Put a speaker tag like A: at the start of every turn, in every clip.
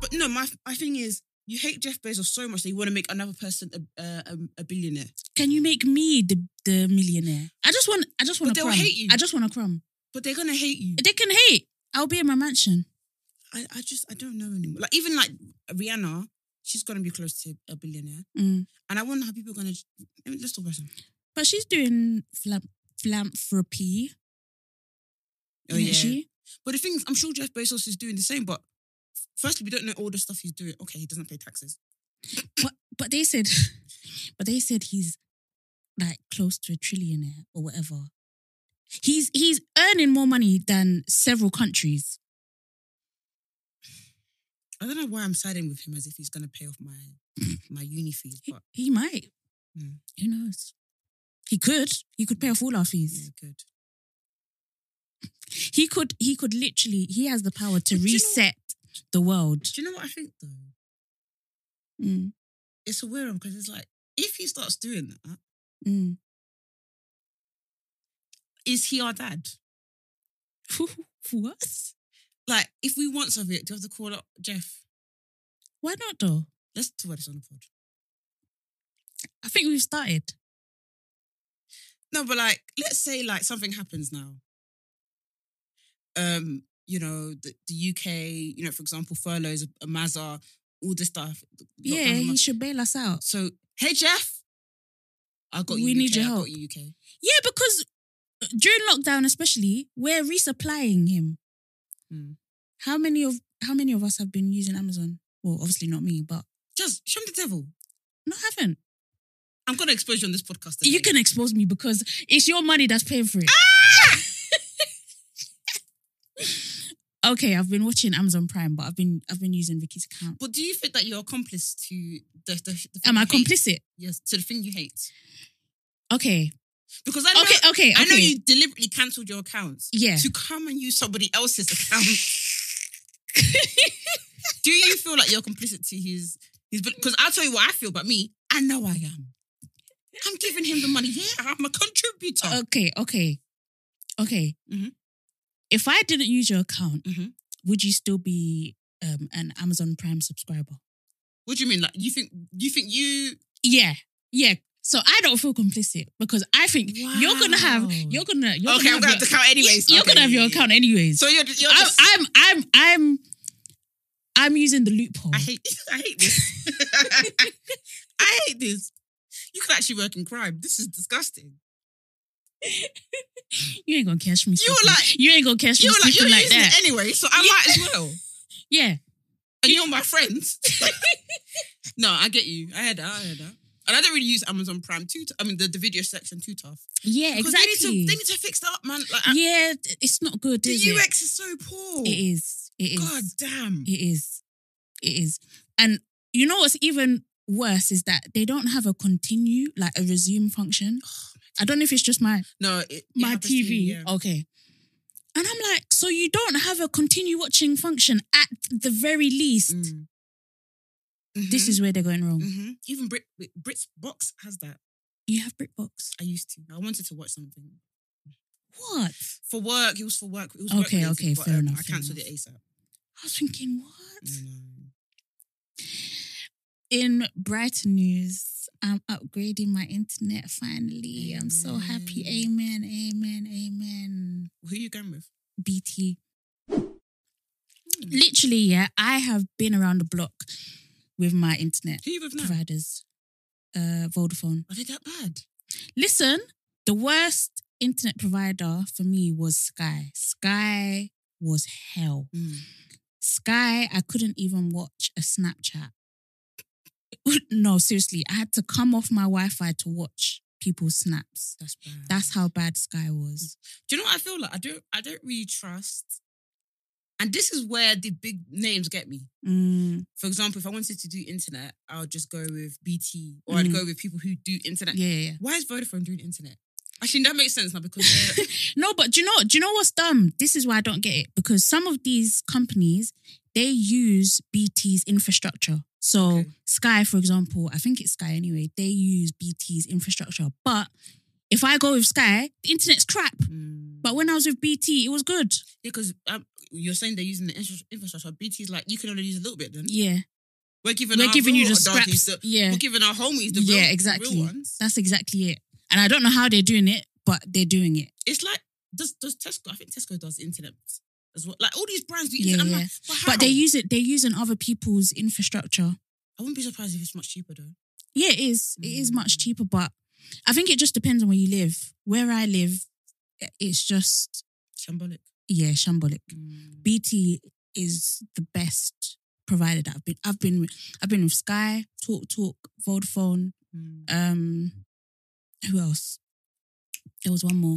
A: But no, my my thing is, you hate Jeff Bezos so much that you want to make another person a uh, um, a billionaire.
B: Can you make me the, the millionaire? I just want I just want
A: But
B: a
A: they'll
B: crumb.
A: hate you.
B: I just want a crumb.
A: But they're gonna hate you.
B: They can hate. I'll be in my mansion.
A: I, I just I don't know anymore. Like even like Rihanna, she's gonna be close to a billionaire,
B: Mm.
A: and I wonder how people are gonna. I mean, let's talk about some.
B: But she's doing philan- philanthropy.
A: Oh,
B: isn't
A: yeah.
B: she?
A: But the thing is, I'm sure Jeff Bezos is doing the same. But firstly, we don't know all the stuff he's doing. Okay, he doesn't pay taxes.
B: But but they said but they said he's like close to a trillionaire or whatever. He's he's earning more money than several countries.
A: I don't know why I'm siding with him as if he's gonna pay off my my uni fees.
B: He,
A: But
B: he might.
A: Mm.
B: Who knows? He could. He could pay off all our fees.
A: yeah, good.
B: He could he could literally he has the power to
A: But do you know-
B: reset the world.
A: Do you know what I think though?
B: Mm,
A: It's a weird one because it's like if he starts doing that,
B: mm.
A: is he our dad?
B: what?
A: Like if we want something, do you have to call up Jeff?
B: Why not though?
A: Let's talk about this on the pod.
B: I think we've started.
A: No, but like, let's say like something happens now. Um, you know, the, the UK, you know, for example, furloughs, a Mazar, all this stuff. lockdowns
B: Yeah,
A: and
B: he
A: much-
B: should bail us out.
A: So, hey Jeff, I got you.
B: We
A: UK,
B: need your
A: I
B: help.
A: Got you, UK.
B: Yeah, because uh, during lockdown, especially, we're resupplying him.
A: Hmm.
B: How many of how many of us have been using Amazon? Well, obviously not me, but
A: Just show him the devil.
B: no, I haven't.
A: I'm gonna expose you on this podcast.
B: You can expose me because it's your money that's paying for it.
A: Ah!
B: okay, I've been watching Amazon Prime, but I've been I've been using Vicky's account.
A: But do you think that you're accomplice to the, the, the thing
B: Am I
A: you hate?
B: complicit?
A: Yes, to the thing you hate.
B: Okay,
A: Because I know,
B: okay, okay.
A: I know
B: okay.
A: you deliberately cancelled your accounts.
B: Yeah.
A: to come and use somebody else's account. Do you feel like you're complicit to his his? Because I'll tell you what I feel about me. I know I am. I'm giving him the money. Yeah, I'm a contributor.
B: Okay, okay, okay.
A: Mhm.
B: If I didn't use your account,
A: Mhm.
B: would you still be um, an Amazon Prime subscriber?
A: what do you mean? Like you think you think you?
B: Yeah, yeah. So I don't feel complicit because I think you're gonna have
A: Wow.
B: you're gonna you're
A: okay, I'm gonna
B: gonna
A: have the account anyways.
B: you're
A: Okay,
B: gonna have
A: yeah,
B: your
A: yeah,
B: account
A: yeah.
B: anyways.
A: So you're, you're
B: I'm,
A: just. i
B: I'm I'm I'm I'm using the loophole.
A: hate. I hate this. I hate this. You could actually work in crime. This is disgusting.
B: You ain't gonna catch me.
A: You were
B: sleeping.
A: like-
B: you ain't gonna catch me
A: You're like you're
B: sleeping like
A: using
B: that.
A: it anyway, so I might as well.
B: Yeah.
A: and you're my friends. no, I get you. I had that. I had that. And I don't really use Amazon Prime too. I mean, the, the video section too tough.
B: Yeah,
A: 'Cause They need,
B: exactly.
A: uh, to, they need to fix that up, man. Like, I-
B: yeah, it's not good, is
A: the
B: it?
A: UX is so poor.
B: It is. It is.
A: God damn.
B: It is. It is. And you know what's even worse is that they don't have a continue, like a resume function. I don't know if it's just my
A: No, it, it
B: my
A: happens to me,
B: TV.
A: yeah.
B: Okay. And I'm like, so you don't have a continue watching function at the very least.
A: Mm.
B: This is where they're going wrong.
A: hmm Even Brit, Brit's box has that.
B: You have BritBox.
A: I used to. I wanted to watch something
B: What?
A: for work. It was for work. It was
B: Okay,
A: work-related,
B: okay,
A: but,
B: fair
A: um,
B: enough,
A: I
B: fair
A: cancelled it
B: enough.
A: ASAP.
B: I was thinking, what?
A: Mm.
B: In Brighton news, I'm upgrading my internet finally. I'm so happy. Amen, amen, amen.
A: Who are you going with?
B: BT. Literally, yeah, I have been around the block with my internet
A: Who are you with now?
B: providers, uh, Vodafone.
A: Are they that bad?
B: Listen, the worst internet provider for me was Sky. Sky was hell.
A: Mm,
B: Sky, I couldn't even watch a Snapchat. no, seriously, I had to come off my Wi Fi to watch people's snaps.
A: That's bad.
B: That's how bad Sky was.
A: Do you know what I feel like? I don't I don't really trust. And this is where the big names get me.
B: Mm,
A: For example, if I wanted to do internet, I'll just go with BT or I'd
B: Mm.
A: go with people who do internet.
B: yeah, yeah.
A: Why is Vodafone doing internet? Actually, that makes sense now because they're-
B: No, but do you know? Do you know what's dumb? This is why I don't get it because some of these companies they use BT's infrastructure. So
A: Okay.
B: Sky, for example, I think it's Sky anyway. They use BT's infrastructure, but If I go with Sky, the internet's crap.
A: Mm.
B: But when I was with BT, it was good.
A: Yeah, because um, you're saying they're using the infra- infrastructure. BT's like, you can only use a little bit then.
B: Yeah.
A: We're giving,
B: We're
A: our
B: giving you
A: real
B: the
A: darkies
B: scraps.
A: the-
B: yeah.
A: We're giving our homies the real,
B: Yeah,
A: real
B: exactly.
A: ones.
B: That's exactly it. And I don't know how they're doing it, but they're doing it.
A: It's like, does, does Tesco, I think Tesco does internet as well. Like all these brands do
B: Yeah,
A: internet. I'm
B: yeah.
A: like, but, how?
B: But they use it, they're using other people's infrastructure.
A: I wouldn't be surprised if it's much cheaper though.
B: Yeah, it is. It is much
A: Mm.
B: cheaper, but I think it just depends on where you live. Where I live, it's just,
A: Shambolic.
B: yeah, shambolic.
A: Mm.
B: BT is the best provider that I've been. I've been. I've been with Sky, Talk Talk, Vodafone.
A: Mm.
B: Um, who else? There was one more.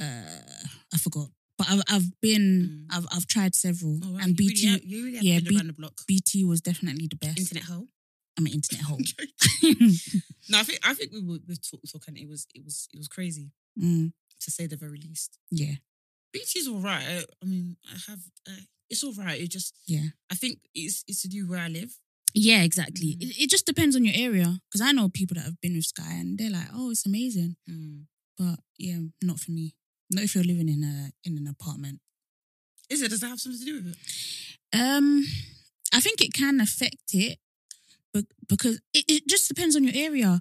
B: Uh, I forgot. But I've, I've been. I've I've tried several,
A: Mm. Oh, wow,
B: and
A: you
B: BT
A: Really have, you really have
B: yeah,
A: been
B: B-
A: around the block.
B: BT was definitely the best.
A: Internet hole.
B: I'm an internet hole.
A: no, I think I think we were with talk talk and it was it was it was crazy
B: Mm,
A: to say the very least.
B: yeah,
A: BT's all right. I, I mean, I have uh, it's all right. It just
B: yeah.
A: I think it's it's to do where I live.
B: Yeah, exactly.
A: Mm.
B: It, it just depends on your area. Because I know people that have been with Sky and they're like, oh, it's amazing.
C: Mm.
B: But yeah, not for me. Not if you're living in a in an apartment.
A: Is it? Does that have something to do with it?
B: Um, I think it can affect it, but because it, it just depends on your area.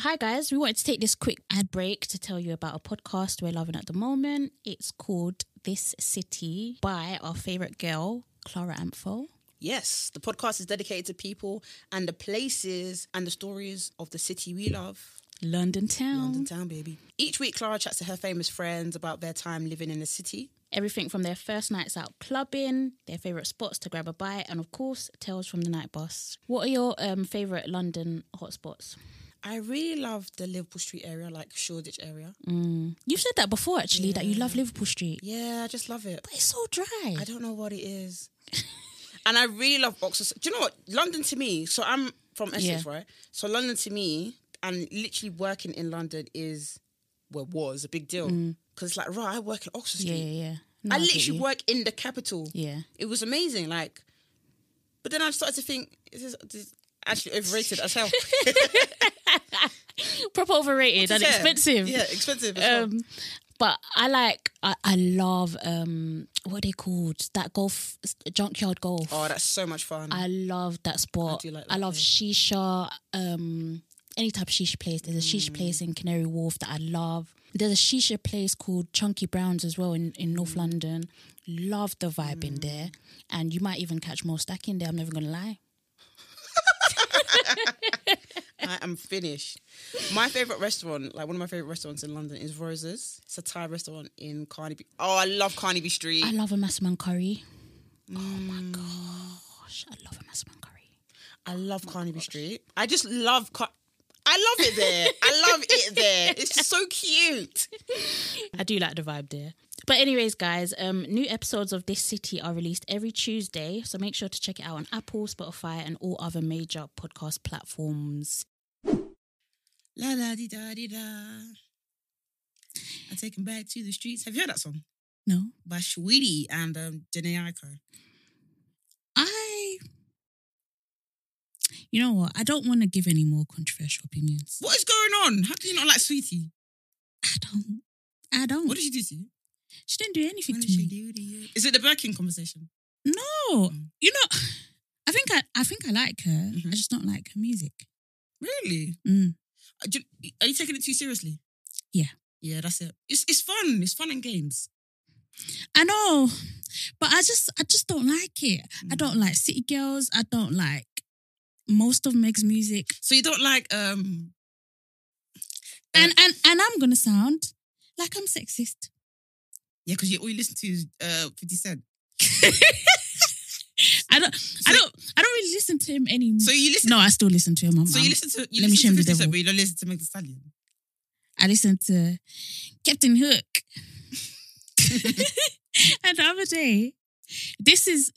B: Hi guys, we wanted to take this quick ad break to tell you about a podcast we're loving at the moment. It's called This City by our favorite girl Clara Amphol.
C: Yes, the podcast is dedicated to people and the places and the stories of the city we love.
B: London town.
C: London
A: Oh.
C: town, baby. Each week, Clara chats to her famous friends about their time living in the city.
B: Everything from their first nights out clubbing, their favourite spots to grab a bite, and of course, tales from the night bus. What are your um, favourite London hotspots?
C: I really love the Liverpool Street area, like Shoreditch area.
B: Mm. You've said that before, actually, that you love Liverpool Street.
C: Yeah, I just love it.
B: But it's so dry.
C: I don't know what it is. and I really love Oxford. Do you know what? London to me, so I'm from Essex,
B: Yeah.
C: right? So London to me, and literally working in London is, well, was a big deal. Because it's like, right, I work in Oxford
B: Mm. yeah,
C: Street.
B: yeah, yeah. No,
C: I
B: get
C: literally
B: you.
C: work in the capital.
B: Yeah.
C: It was amazing. Like, but then I started to think, is this, this is actually overrated as hell?
B: Proper overrated and
C: Yeah.
B: expensive.
C: Yeah, expensive. As well.
B: Um, But I like, I, I love, um, what are they called? That golf, junkyard golf.
C: Oh, that's so much fun.
B: I love that spot. I,
C: do like that
B: love
C: place.
B: shisha. Um, any type of shisha place. There's a shisha
C: Mm.
B: place in Canary Wharf that I love. There's a shisha place called Chunky Browns as well in, in
C: Mm.
B: North London. Love the vibe in there, and you might even catch more stack in there. I'm never gonna lie.
C: I am finished. My favorite restaurant, like one of my favorite restaurants in London, is Roses. It's a Thai restaurant in Carnaby. Oh, I love Carnaby Street.
B: I love a massaman curry.
C: Mm.
B: Oh my gosh, I love a massaman curry.
C: I
A: Oh
C: love Carnaby Street. I just love. Car- I love it there. I love it there. It's so cute.
B: I do like the vibe there. But anyways, guys, um, new episodes of This City are released every Tuesday, so make sure to check it out on Apple, Spotify, and all other major podcast platforms.
A: La la di da di da. I take him back to the streets. Have you heard that song
B: No,
A: by Sweetie and um, Janae Aiko?
B: I. You know what? I don't want to give any more controversial opinions.
A: What is going on? How do you not like Sweetie?
B: I don't. I don't.
A: What did she do to you?
B: she didn't do Mm. anything
A: What
B: to
A: did she
B: me.
A: do to you? Is it the Birkin conversation?
B: No, you know, I think I, I think I like her. I just don't like her music.
A: Really?
B: Mm.
A: Are you, are you taking it too seriously?
B: Yeah.
A: Yeah, that's it. It's it's fun. It's fun and games.
B: I know, but I just I just don't like it.
A: Mm.
B: I don't like City Girls. I don't like most of Meg's music.
A: So you don't like um
B: And and and I'm gonna sound like I'm sexist.
A: yeah, because you all you listen to is uh 50 Cent.
B: I don't, I don't, I don't really listen to him anymore.
A: So you listen.
B: no, I still listen to him. I'm,
A: So
B: I'm-
A: you listen to you
B: Let me
A: listen
B: shame
A: to
B: the
A: 50 Cent,
B: devil.
A: but you don't listen to Meg Thee Stallion.
B: I listen to Captain Hook. and the other day, this is,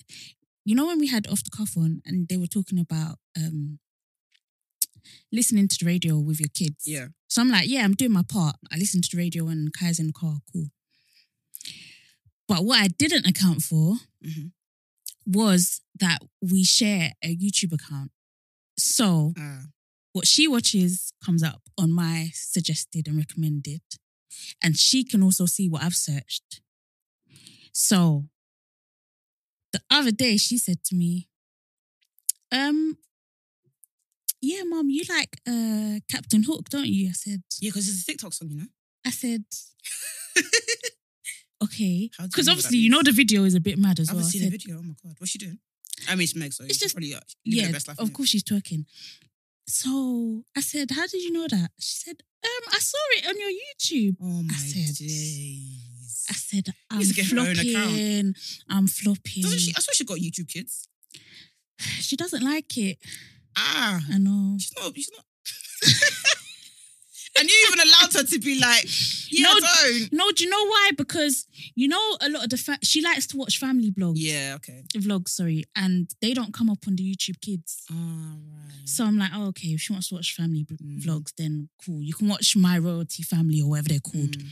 B: you know, when we had off the cuff on and they were talking about um listening to the radio with your kids.
A: Yeah.
B: So I'm like, yeah, I'm doing my part. I listen to the radio when Kai's in the car, cool. But what I didn't account for
A: Mhm.
B: was that we share a YouTube account. So
A: Ah.
B: what she watches comes up on my suggested and recommended. And she can also see what I've searched. So the other day she said to me, um, yeah, mom, you like uh Captain Hook, don't you? I said,
A: Yeah, because it's a TikTok song, you know.
B: I said,
A: How
B: okay.
A: do you
B: Because
A: know what
B: obviously,
A: that
B: you know,
A: means?
B: the video is a bit mad as
A: I haven't
B: well. I
A: seen
B: said,
A: the video. Oh my god, what's she doing? I mean, it's Meg, so
B: It's
A: she's
B: just-
A: probably uh, living
B: yeah,
A: her best life.
B: of
A: innit?
B: course she's twerking. So I said, how did you know that? She said, um, I saw it on your YouTube.
A: Oh my
B: said-
A: days.
B: I said, I'm
A: needs to get her own account.
B: flopping. I'm flopping.
A: Doesn't she? I swear she got YouTube Kids.
B: She doesn't like it.
A: Ah,
B: I know.
A: she's not. She's not. and you even allowed her to be like, yeah,
B: No.
A: don't.
B: No, do you know why? Because you know a lot of the fa- she likes to watch family blogs.
A: Yeah. Okay.
B: Vlogs, sorry, and they don't come up on the YouTube Kids.
A: All right.
B: So I'm like, oh, okay, if she wants to watch family b-
A: Mm.
B: vlogs, then cool. You can watch My Royalty Family or whatever they're called.
A: Mm.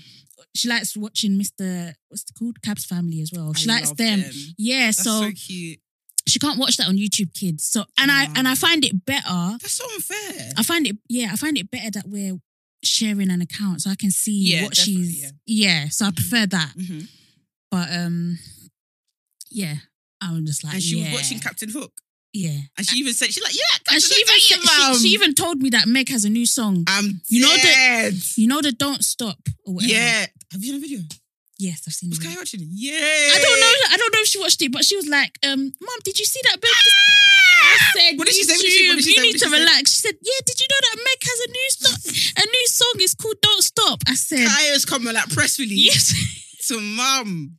B: She likes watching Mr. What's it called? Cab's Family as well. She likes them. Yeah,
A: That's
B: so,
A: so, cute.
B: she can't watch that on YouTube Kids. So and I and I
A: Ah.
B: find it better.
A: That's so unfair.
B: I find it yeah, I find it better that we're sharing an account so I can see
A: Yeah,
B: what
A: definitely,
B: she's yeah. so I prefer that.
A: mm-hmm.
B: But um yeah, I'm just like
A: And she
B: yeah,
A: was watching Captain Hook,
B: yeah.
A: and she even said, "She's like, yeah, Captain
B: And she
A: Hook,
B: even
A: don't you,
B: said-
A: Mum?"
B: she, she even told me that Meg has a new song.
A: I'm
B: You know the-
A: dead.
B: You know the Don't Stop or whatever.
A: yeah. Have you seen the video?
B: Yes, I've seen
A: Was
B: it.
A: Kai watching it? Yeah.
B: I don't know. I don't know if she watched it, but she was like, um, "Mom, did you see that?" Meg? I said,
A: Ah! What did she say? What did she- what
B: "YouTube,
A: did she
B: you
A: say? What did
B: need to
A: she say?"
B: relax." She said, "Yeah, did you know that Meg has a new song? a new song is called Don't Stop." I said,
A: Kaya's coming like press release
B: "Yes."
A: to mum.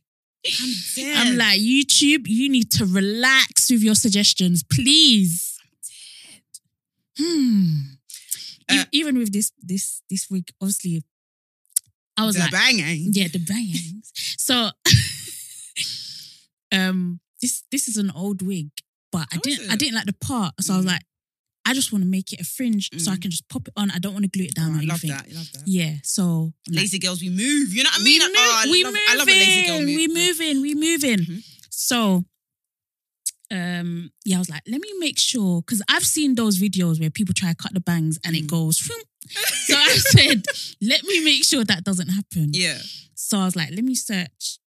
A: I'm dead.
B: I'm like, YouTube, you need to relax with your suggestions, please. Hmm. E-
A: Uh,
B: Even with this this this week, obviously, I was
A: The eh?
B: like,
A: banging.
B: yeah, the bangs. so, um, this this is an old wig, but I
A: Oh, is
B: didn't I
A: it?
B: didn't like the part, so I was
A: Mm.
B: like, I just want to make it a fringe so I can just pop it on. I don't want to glue it down
A: Oh,
B: or
A: I love
B: anything.
A: that. I love that.
B: Yeah, so I'm like,
A: Lazy girls, we move. You know what I mean?
B: we move,
A: Oh, I
B: we
A: love,
B: moving,
A: I love a lazy girl move.
B: we moving, we moving.
A: Mhm.
B: So, um, yeah, I was like, let me make sure because I've seen those videos where people try to cut the bangs and it
A: Mm.
B: goes. so I said, let me make sure that doesn't happen.
A: Yeah.
B: So I was like, let me search.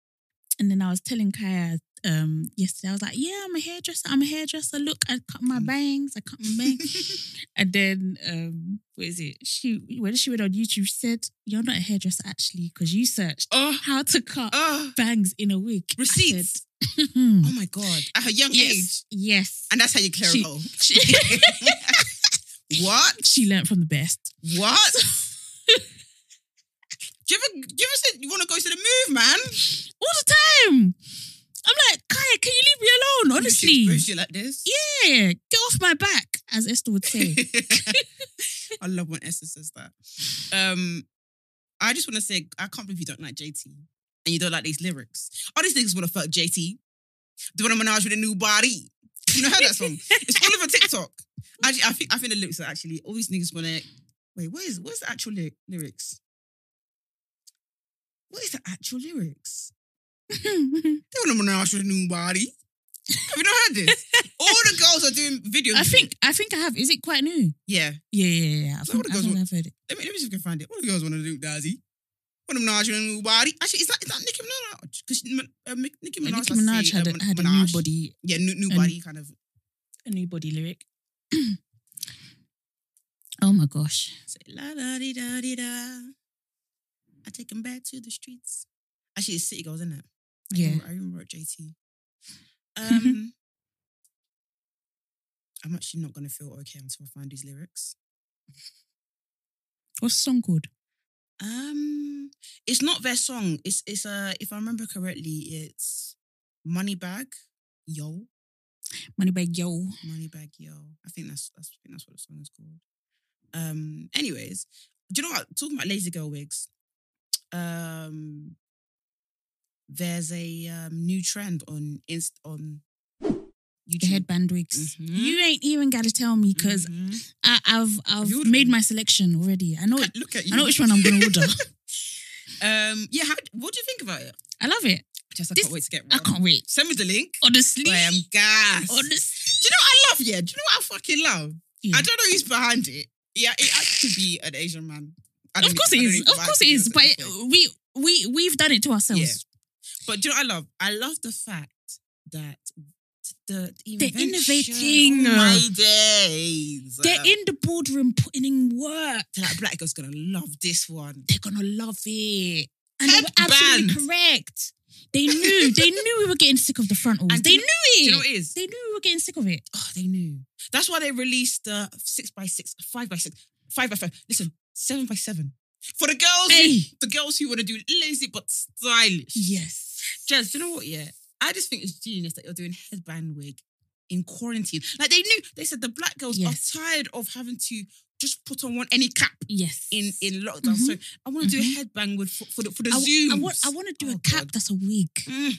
B: And then I was telling Kaya um, yesterday, I was like, yeah, I'm a hairdresser. I'm a hairdresser. Look, I cut
A: Mm.
B: my bangs. I cut my bangs. and then, um, what is it? She, when she went on YouTube, she said, you're not a hairdresser actually, because you searched
A: Oh,
B: how to cut
A: oh,
B: bangs in a week. I said,
A: receipts. oh my God. At her young age.
B: yes. Yes.
A: And that's how you clear
B: She-
A: a hole.
B: She,
A: What?
B: she learned from the best.
A: What? do you ever, do you ever said you want to go to the move, man?
B: All the time. I'm like, Kaya, can you leave me alone? Honestly.
A: You should you like this.
B: Yeah. Get off my back, as Esther would say.
A: I love when Esther says that. Um, I just want to say, I can't believe you don't like JT and you don't like these lyrics. All these niggas want to fuck JT. Doing a menage with a new body. You know heard that song? It's all over TikTok. Actually, I think I think the lyrics are actually all these niggas want to. Wait, what is what's the actual lyric, lyrics? What is the actual lyrics? They want a menage with a new body. Have you not heard this? all the girls are doing videos.
B: I
A: with
B: think
A: it.
B: I think I have. Is it quite new?
A: yeah.
B: Yeah, yeah, yeah. I
A: So what
B: think,
A: it
B: I
A: goes
B: think
A: on-
B: I've heard it.
A: Let me, let me see if we can find it. What do the girls want to do, Dazzy? Want to menage with a new body? Actually, is that, is that Nicki Minaj? Because uh, Mi- Nicki Minaj,
B: And
A: I
B: Nicki
A: say,
B: Minaj had,
A: uh,
B: a,
A: Men-
B: had a new
A: Minaj.
B: body,
A: Yeah, new, new
B: and-
A: body kind of.
B: a new body lyric. oh my gosh.
A: Say, la da di da di da. I take him back to the streets. Actually, it's City Girls, isn't it? I
B: Yeah.
A: Remember, I even wrote JT. Um, I'm actually not going to feel okay until I find these lyrics.
B: What's the song called?
A: Um, it's not their song. It's it's uh if I remember correctly, it's Moneybag, Yo,
B: Moneybag Yo.
A: Moneybag Yo. I think that's that's I think that's what the song is called. Um. Anyways, do you know what? Talking about lazy girl wigs. Um. There's a um, new trend on inst on
B: The
A: YouTube.
B: headband wigs.
A: Mhm.
B: You ain't even gotta tell me because
A: Mhm.
B: I've
A: Have you
B: I've
A: ordered
B: made
A: one?
B: my selection already. I know
A: Look
B: it,
A: at- look at you.
B: I know which one I'm gonna order.
A: Um. Yeah. How, what do you think about it?
B: I love it.
A: Just I
B: This-
A: can't wait to get.
B: I
A: round.
B: can't wait.
A: Send me the link.
B: Honestly,
A: I am gassed.
B: honestly,
A: Do you know what I love? Yeah. Do you know what I fucking love?
B: Yeah.
A: I don't know who's behind it. Yeah, it has to be an Asian man. I don't
B: of course it
A: even- I don't even
B: is. Of
A: buy
B: course
A: to
B: it
A: be
B: is. But
A: honest with you.
B: we we we've done it to ourselves.
A: Yeah. But do you know what I love? I love the fact that the
B: They're
A: invention-
B: innovating.
A: Oh my days.
B: They're
A: Um,
B: in the boardroom putting in work.
A: they're like, black girl's gonna love this one.
B: They're gonna love it. And they were absolutely
A: Headband.
B: correct. They knew. they knew we were getting sick of the frontals.
A: And
B: they
A: do
B: knew
A: you- Do
B: it.
A: you know what it is?
B: They knew we were getting sick of it.
A: Oh, they knew. That's why they released uh, six by six, five by six, five by five. Listen, seven by seven. For the girls,
B: Hey.
A: who, the girls who want to do lazy but stylish.
B: Yes.
A: Jez, do you know what? Yeah, I just think it's genius that you're doing headband wig in quarantine. Like they knew, they said the black girls
B: Yes.
A: are tired of having to just put on one any cap
B: Yes.
A: in in lockdown. So I want to do a headband wig for, for the for the
B: Mm-hmm. I,
A: Zooms.
B: I want. I want to do
A: Oh,
B: a cap
A: God.
B: that's a wig.
A: Mm.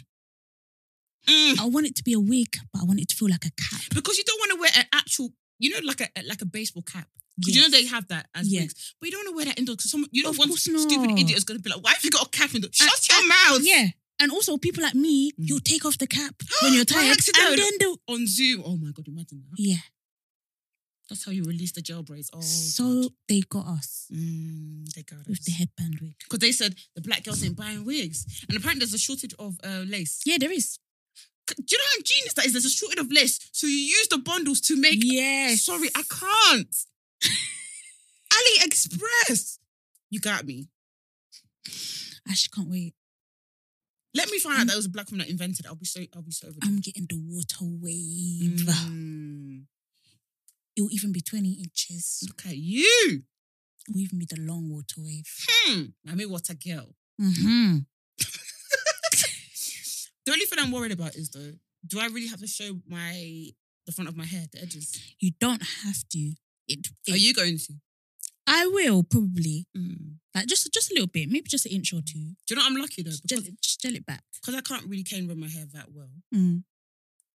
A: Mm.
B: I want it to be a wig, but I want it to feel like a cap.
A: because you don't want to wear an actual, you know, like a like a baseball cap. 'Cause You know they have that as
B: Yeah.
A: wigs, but you don't want to wear that indoors because someone you don't
B: Of
A: want
B: course
A: stupid
B: not.
A: idiot is going to be like, "Why have you got a cap in the?
B: I-
A: Shut your mouth!"
B: Yeah. And also, people like me,
A: Mm.
B: you'll take off the cap when you're
A: By
B: tired, and
A: accident.
B: then the
A: on Zoom. Oh my god, imagine that.
B: yeah.
A: That's how you release the jailbreaks. Oh,
B: so
A: God.
B: they got us
A: Mm, they got
B: with the headband wig.
A: because they said the black girls ain't buying wigs, and apparently there's a shortage of uh, lace.
B: Yeah, there is.
A: C- Do you know how genius that is? There's a shortage of lace, so you use the bundles to make.
B: yes.
A: Sorry, I can't. AliExpress, you got me.
B: I actually can't wait.
A: Let me find out that it was a black woman that invented. it. I'll be so. I'll be so. over
B: I'm getting the water
A: the Mm.
B: wave.
A: moon.
B: It'll even be 20 inches.
A: Look at you.
B: It'll even be the long water wave.
A: Hmm. I mean, what a girl.
B: Mm-hmm.
A: The only thing I'm worried about is though, do I really have to show my the front of my hair, the edges?
B: You don't have to. It, it-
A: Are you going to?
B: I will probably.
A: Mm.
B: Like just just a little bit, maybe just an inch or
A: Do
B: two.
A: you know what I'm lucky though?
B: Just gel,
A: Because,
B: just gel it back.
A: because I can't really cane run my hair that well.
B: Mm.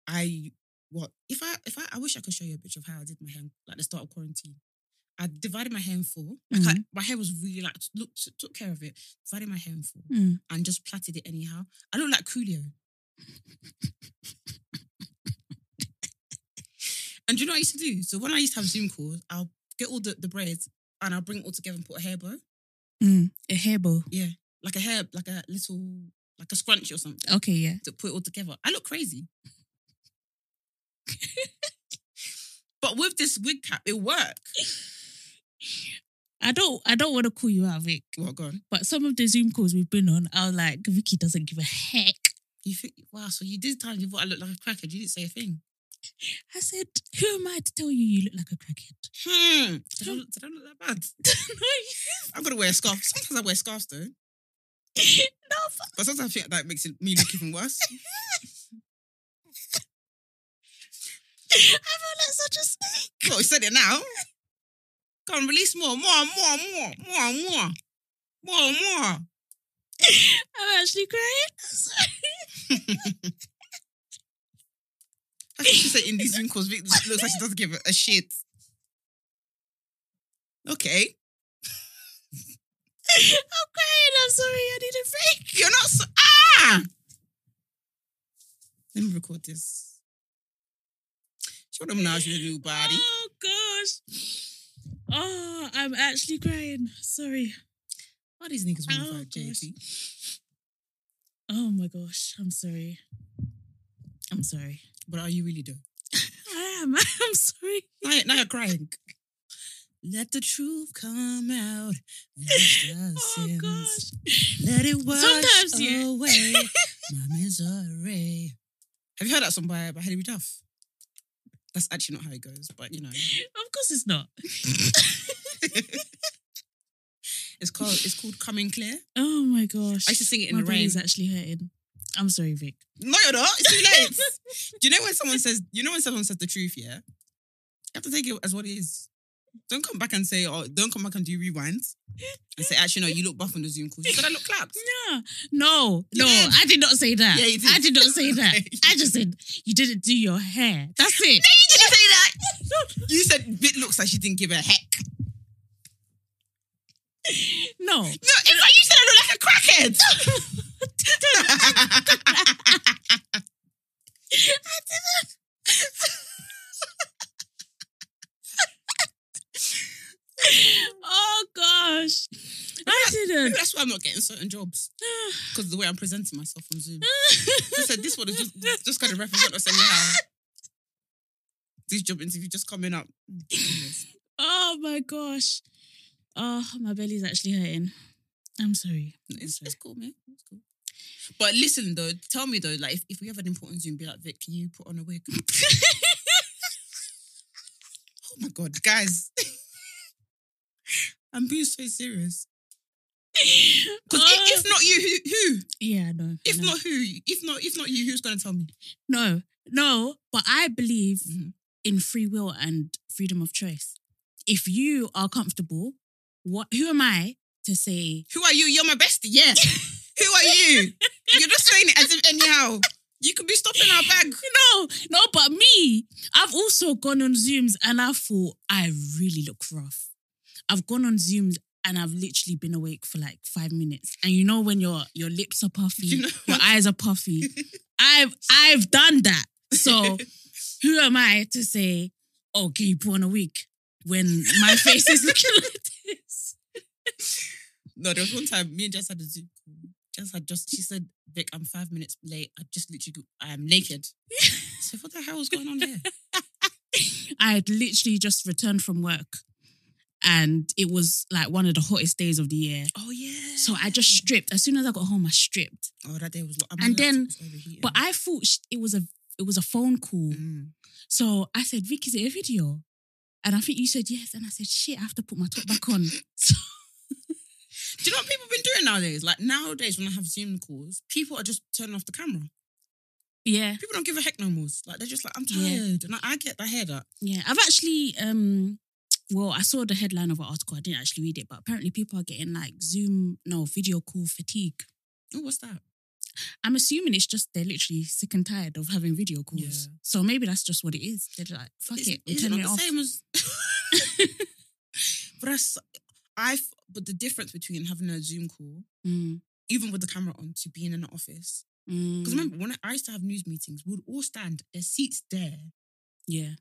A: I what if I if I I wish I could show you a picture of how I did my hair like the start of quarantine. I divided my hair in four. Like I,
B: Mhm.
A: my hair was really like looked took care of it. Divided my hair in four
B: Mm.
A: and just plaited it anyhow. I look like Coolio. and do you know what I used to do? So when I used to have Zoom calls, I'll get all the, the braids and I'll bring it all together and put a hair bow,
B: Mm. A hair bow.
A: like a hair, like a little, like a scrunch or something
B: Okay, yeah.
A: to put it all together. I look crazy. but with this wig cap, it worked.
B: I don't I don't want to call you out, Vic.
A: Well, gone.
B: But some of the Zoom calls we've been on, I was like, Vicky doesn't give a heck.
A: You think, wow, so you did tell you thought I looked like a crackhead. You didn't say a thing.
B: I said, Who am I to tell you you look like a crackhead?
A: Hmm. Did I, look- did I look that bad? I'm gonna wear a scarf. Sometimes I wear scarves though,
B: no, but
A: but sometimes I think that makes it me look even worse.
B: I feel like such a snake.
A: well, you said it now. Come on, release more, more, more, more, more, more, more, more.
B: I'm actually crying. Sorry.
A: That's what she said in these Zoom calls. Vic looks like she doesn't give a shit. Okay,
B: I'm crying. I'm sorry. I need a break.
A: you're not so ah. Let me record this. Show them now your new body.
B: Oh gosh. Oh, I'm actually crying. Sorry.
A: Why these niggas want to
B: Oh,
A: fight JT?
B: gosh. Oh my gosh. I'm sorry. I'm sorry.
A: But are you really though?
B: I am. I'm sorry.
A: Now, you're- now you're crying. Let the truth come out. wash the
B: Oh
A: sins.
B: gosh.
A: Let it wash
B: Sometimes, yeah.
A: away my misery. Have you heard that song by, by Hilary Duff? That's actually not how it goes, but you know.
B: Of course it's not.
A: it's called it's called Coming Clear.
B: Oh my gosh.
A: I used to sing it in
B: Oh my
A: the rain.
B: body's actually hurting. I'm sorry, Vic.
A: No, you're not. It's too late. Do you know when someone says, you know when someone says the truth, yeah? You have to take it as what it is. Don't come back and say, oh, don't come back and do rewinds and say, actually, no, you look buff on the Zoom call. You said I look clapped.
B: Yeah. No, no, I did not say that.
A: Yeah, you did.
B: I did not say that.
A: Okay.
B: I just said you didn't do your hair. That's it.
A: You didn't say that. You said it looks like she didn't give a heck.
B: No.
A: No, it's like you said I look like a crackhead.
B: Oh gosh. I
A: Maybe
B: didn't.
A: that's why I'm not getting certain jobs because the way I'm presenting myself on Zoom. I said this one is just just kind of represent us anyhow. This job interview just coming up. Goodness.
B: Oh my gosh. Oh, my belly's actually hurting. I'm sorry.
A: It's, it's cool, man. It's cool. But listen though, tell me though, like if, if we have an important Zoom, be like Vic, can you put on a wig? oh my god, guys, I'm being so serious. Because
B: Oh.
A: if not you, who? who?
B: Yeah, I know.
A: If
B: no.
A: not who? If not if not you, who's gonna tell me?
B: No, no, but I believe
A: Mhm.
B: in free will and freedom of choice. If you are comfortable, what who am I to say
A: Who are you? You're my bestie. Yeah. who are you? You're just saying it as if anyhow. You could be stopping our bag.
B: no, no, but me. I've also gone on Zooms and I thought I really look rough. I've gone on Zooms and I've literally been awake for like five minutes. And you know when your your lips are puffy,
A: You know-
B: your eyes are puffy. I've I've done that. So who am I to say, oh, can you put on a wig when my face is looking like this?
A: No, there was one time me and Jess had a Zoom call. Jess had just, she said, Vic, I'm five minutes late. I just literally, I am naked. so what the hell was going on there?
B: I had literally just returned from work and it was like one of the hottest days of the year.
A: Oh, yeah.
B: So I just stripped. As soon as I got home, I stripped.
A: Oh, that day was like,
B: And then- But I thought sh- it was a it was a phone
A: Mm.
B: call.
A: Mm-hmm.
B: So I said, Vic, is it a video? And I think you said yes. And I said, shit, I have to put my top back on.
A: Do you know what people have been doing nowadays? Like nowadays, when I have Zoom calls, people are just turning off the camera.
B: yeah.
A: People don't give a heck no more. Like they're just like, I'm
B: Yeah.
A: tired. And I, I get, I hear that.
B: Yeah. I've actually um well, I saw the headline of an article. I didn't actually read it, but apparently people are getting like Zoom, no, video call fatigue.
A: Oh, what's that?
B: I'm assuming it's just they're literally sick and tired of having video calls.
A: Yeah.
B: So maybe that's just what it is. They're like, fuck
A: It's-
B: it, I'm
A: is it not
B: turning it
A: the
B: off.
A: same as? but that's I. But the difference between having a Zoom call,
B: Mm,
A: even with the camera on, to being in an office.
B: mm,
A: Because remember, when I used to have news meetings, we'd all stand. There's seats there,
B: yeah.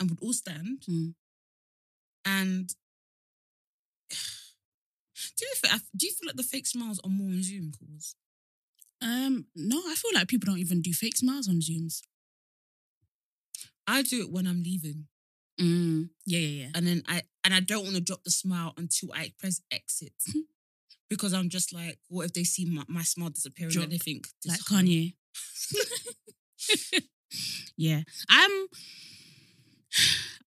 A: and we'd all stand.
B: Mm.
A: And do you feel, do you feel like the fake smiles are more on Zoom calls?
B: Um, no, I feel like people don't even do fake smiles on Zooms.
A: I do it when I'm leaving,
B: Mm. Yeah, yeah, yeah.
A: and then I and I don't want to drop the smile until I press exit.
B: Mm-hmm.
A: Because I'm just like, what if they see my, my smile disappearing
B: Drop.
A: and they think this
B: Like
A: hoe-
B: Kanye. yeah. I'm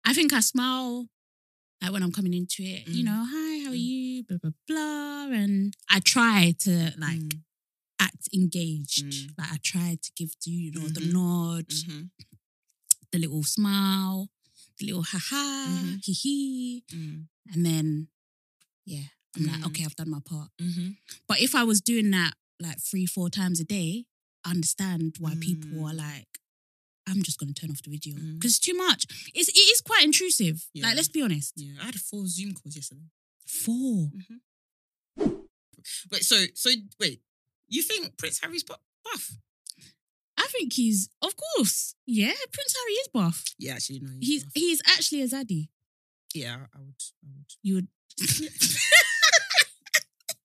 B: I think I smile like when I'm coming into it, you
A: Mm.
B: know, hi, how are
A: Mm.
B: you? Blah blah blah. And I try to like
A: Mm.
B: act engaged.
A: Mm.
B: Like I try to give to you know the
A: Mhm.
B: nod,
A: Mhm.
B: the little smile, the little ha ha,
A: Mhm.
B: hee hee.
A: Mm.
B: And then yeah, I'm like,
A: Mm.
B: okay, I've done my part.
A: Mhm.
B: But if I was doing that like three, four times a day, I understand why people
A: Mm.
B: are like, I'm just gonna turn off the video.
A: Mm.
B: Because it's too much. It's it is quite intrusive.
A: Yeah.
B: Like, let's be honest.
A: Yeah, I had four Zoom calls yesterday.
B: 4 Mm-hmm.
A: Wait, so so wait, you think Prince Harry's bu- buff?
B: I think he's of course. Yeah, Prince Harry is buff.
A: Yeah, actually no.
B: He's
A: buff.
B: he's actually a zaddy.
A: yeah, I would. I would.
B: You would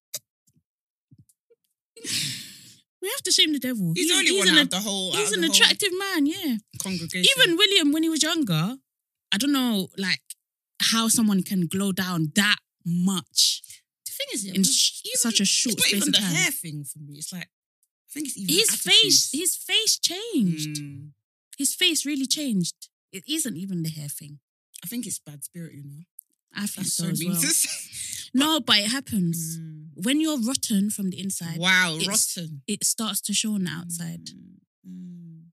B: We have to shame the devil.
A: He's, the only one
B: an,
A: out of the whole. out
B: he's
A: of
B: an
A: the whole
B: attractive man, yeah.
A: congregation.
B: Even William when he was younger, I don't know like how someone can glow down that much.
A: the thing is, yeah,
B: in
A: with-
B: sh-
A: even-
B: such a short
A: It's not
B: space
A: even
B: of
A: the
B: time.
A: hair thing for me. It's like I think it's even
B: his
A: attitude.
B: face his face changed
A: Mm.
B: his face really changed it isn't even the hair thing
A: I think it's bad spirit. You know,
B: i think
A: that's
B: so,
A: so
B: as
A: mean
B: well
A: to say.
B: no but it happens
A: Mm.
B: When you're rotten from the inside,
A: Wow,
B: It's-
A: rotten.
B: it starts to show on the outside.
A: Hmm. Mm.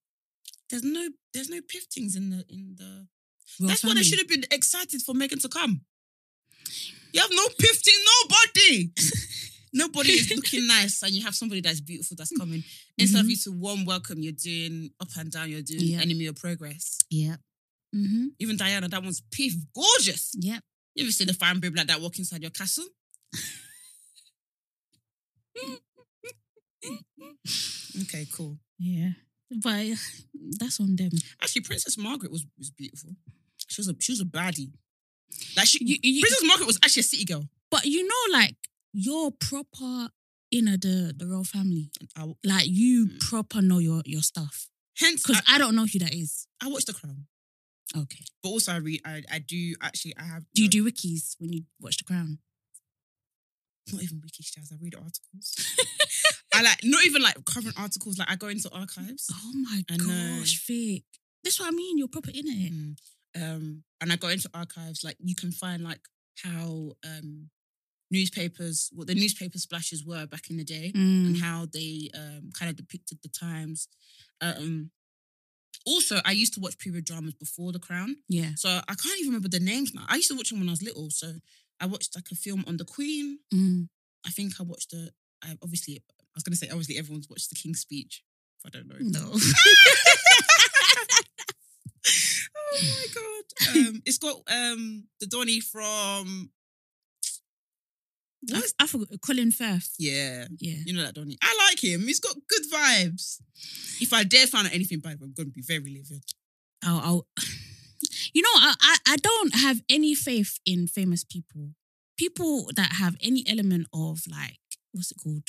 A: There's no there's no piftings in the in the
B: Royal
A: That's why they
B: family.
A: should have been excited for Megan to come. You have no pifting, nobody. nobody is looking nice, and you have somebody that's beautiful that's coming. Instead of
B: Mhm.
A: you to warm welcome, you're doing up and down, you're doing
B: Yeah.
A: enemy of progress.
B: Yep. Mm-hmm.
A: Even Diana, that one's piff, gorgeous.
B: Yep.
A: You ever seen a fine babe like that walk inside your castle? okay, cool.
B: Yeah. But uh, that's on them.
A: Actually, Princess Margaret was, was beautiful. She was a she was a baddie. Like she,
B: You- you-
A: Princess Margaret was actually a city girl.
B: But you know, like you're proper in a, the the royal family.
A: I-
B: Like you proper know your your stuff.
A: hence,
B: Because
A: I,
B: Mm. I, don't know who that is.
A: I watch The Crown,
B: Okay.
A: but also I read. I, I do actually. I have.
B: Do you do wikis when you watch The Crown?
A: It's not even wiki jazz. I read articles. I like not even like current articles. Like I go into archives.
B: Oh my
A: I know.
B: gosh, Vic. That's what I mean. You're proper in it.
A: Mm. Um, and I go into archives. Like you can find like how um newspapers, what the newspaper splashes were back in the day.
B: Mm,
A: and how they um, kind of depicted the times. Um, also, I used to watch period dramas before The Crown,
B: Yeah.
A: so I can't even remember the names now. I used to watch them when I was little, so I watched like a film on the Queen.
B: Mm.
A: I think I watched the. I obviously, I was gonna say obviously everyone's watched the King's Speech. If I don't know.
B: No.
A: oh my god! Um, it's got um, the Donny from.
B: I,
A: What's-
B: I forgot. Colin Firth.
A: Yeah.
B: Yeah.
A: You know that, Donnie. I like him. He's got good vibes. If I dare find out anything bad, I'm going to be very livid.
B: I'll, I'll you know, I, I I don't have any faith in famous people. People that have any element of like what's it called,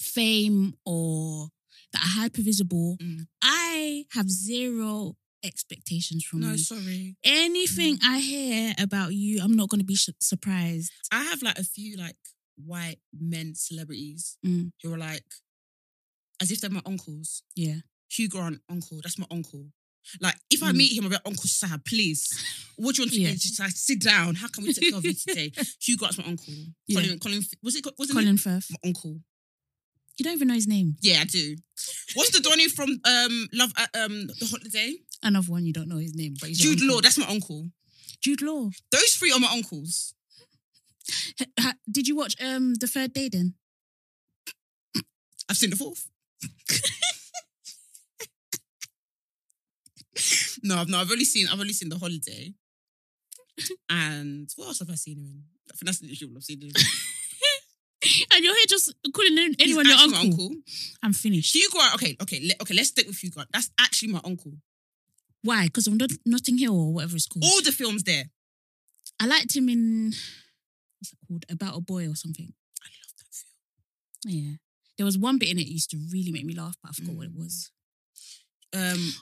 B: fame or that are hyper visible.
A: Mm.
B: I have zero expectations from you.
A: sorry.
B: Anything I hear about you, I'm not going to be su- surprised.
A: I have like a few like white men celebrities
B: Mm.
A: who are like, as if they're my uncles.
B: Yeah.
A: Hugh Grant, uncle. That's my uncle. Like, if I
B: Mm.
A: meet him, I'll be like, Uncle Sab, please. What do you want to
B: Yeah.
A: do? Just like, sit down. How can we take care of you today? Hugh Grant's my uncle.
B: Yeah.
A: Colin, Colin, was it, was it
B: Colin Firth.
A: my uncle?
B: You don't even know his name.
A: Yeah, I do. What's the Donnie from um Love uh, um The Holiday?
B: Another one you don't know his name, but he's your
A: Jude
B: uncle.
A: Law, that's my uncle.
B: Jude Law.
A: Those three are my uncles.
B: Ha- ha- Did you watch um the third day then?
A: I've seen the fourth. no, I've not. I've only seen. I've only seen the holiday. And what else have I seen him in? I think that's literally all I've seen him. in.
B: And you're here just calling in-
A: He's
B: anyone your
A: actually
B: uncle.
A: my
B: I'm finished.
A: Hugh Grant. Okay, okay, le- okay. Let's stick with Hugh Grant. That's actually my uncle.
B: Why? Because I'm not Notting Hill or whatever it's called.
A: All the films there.
B: I liked him in what's that called? About a boy or something.
A: I love that film.
B: Yeah. There was one bit in it that used to really make me laugh, but I forgot what it
A: Mm.
B: was.
A: Um,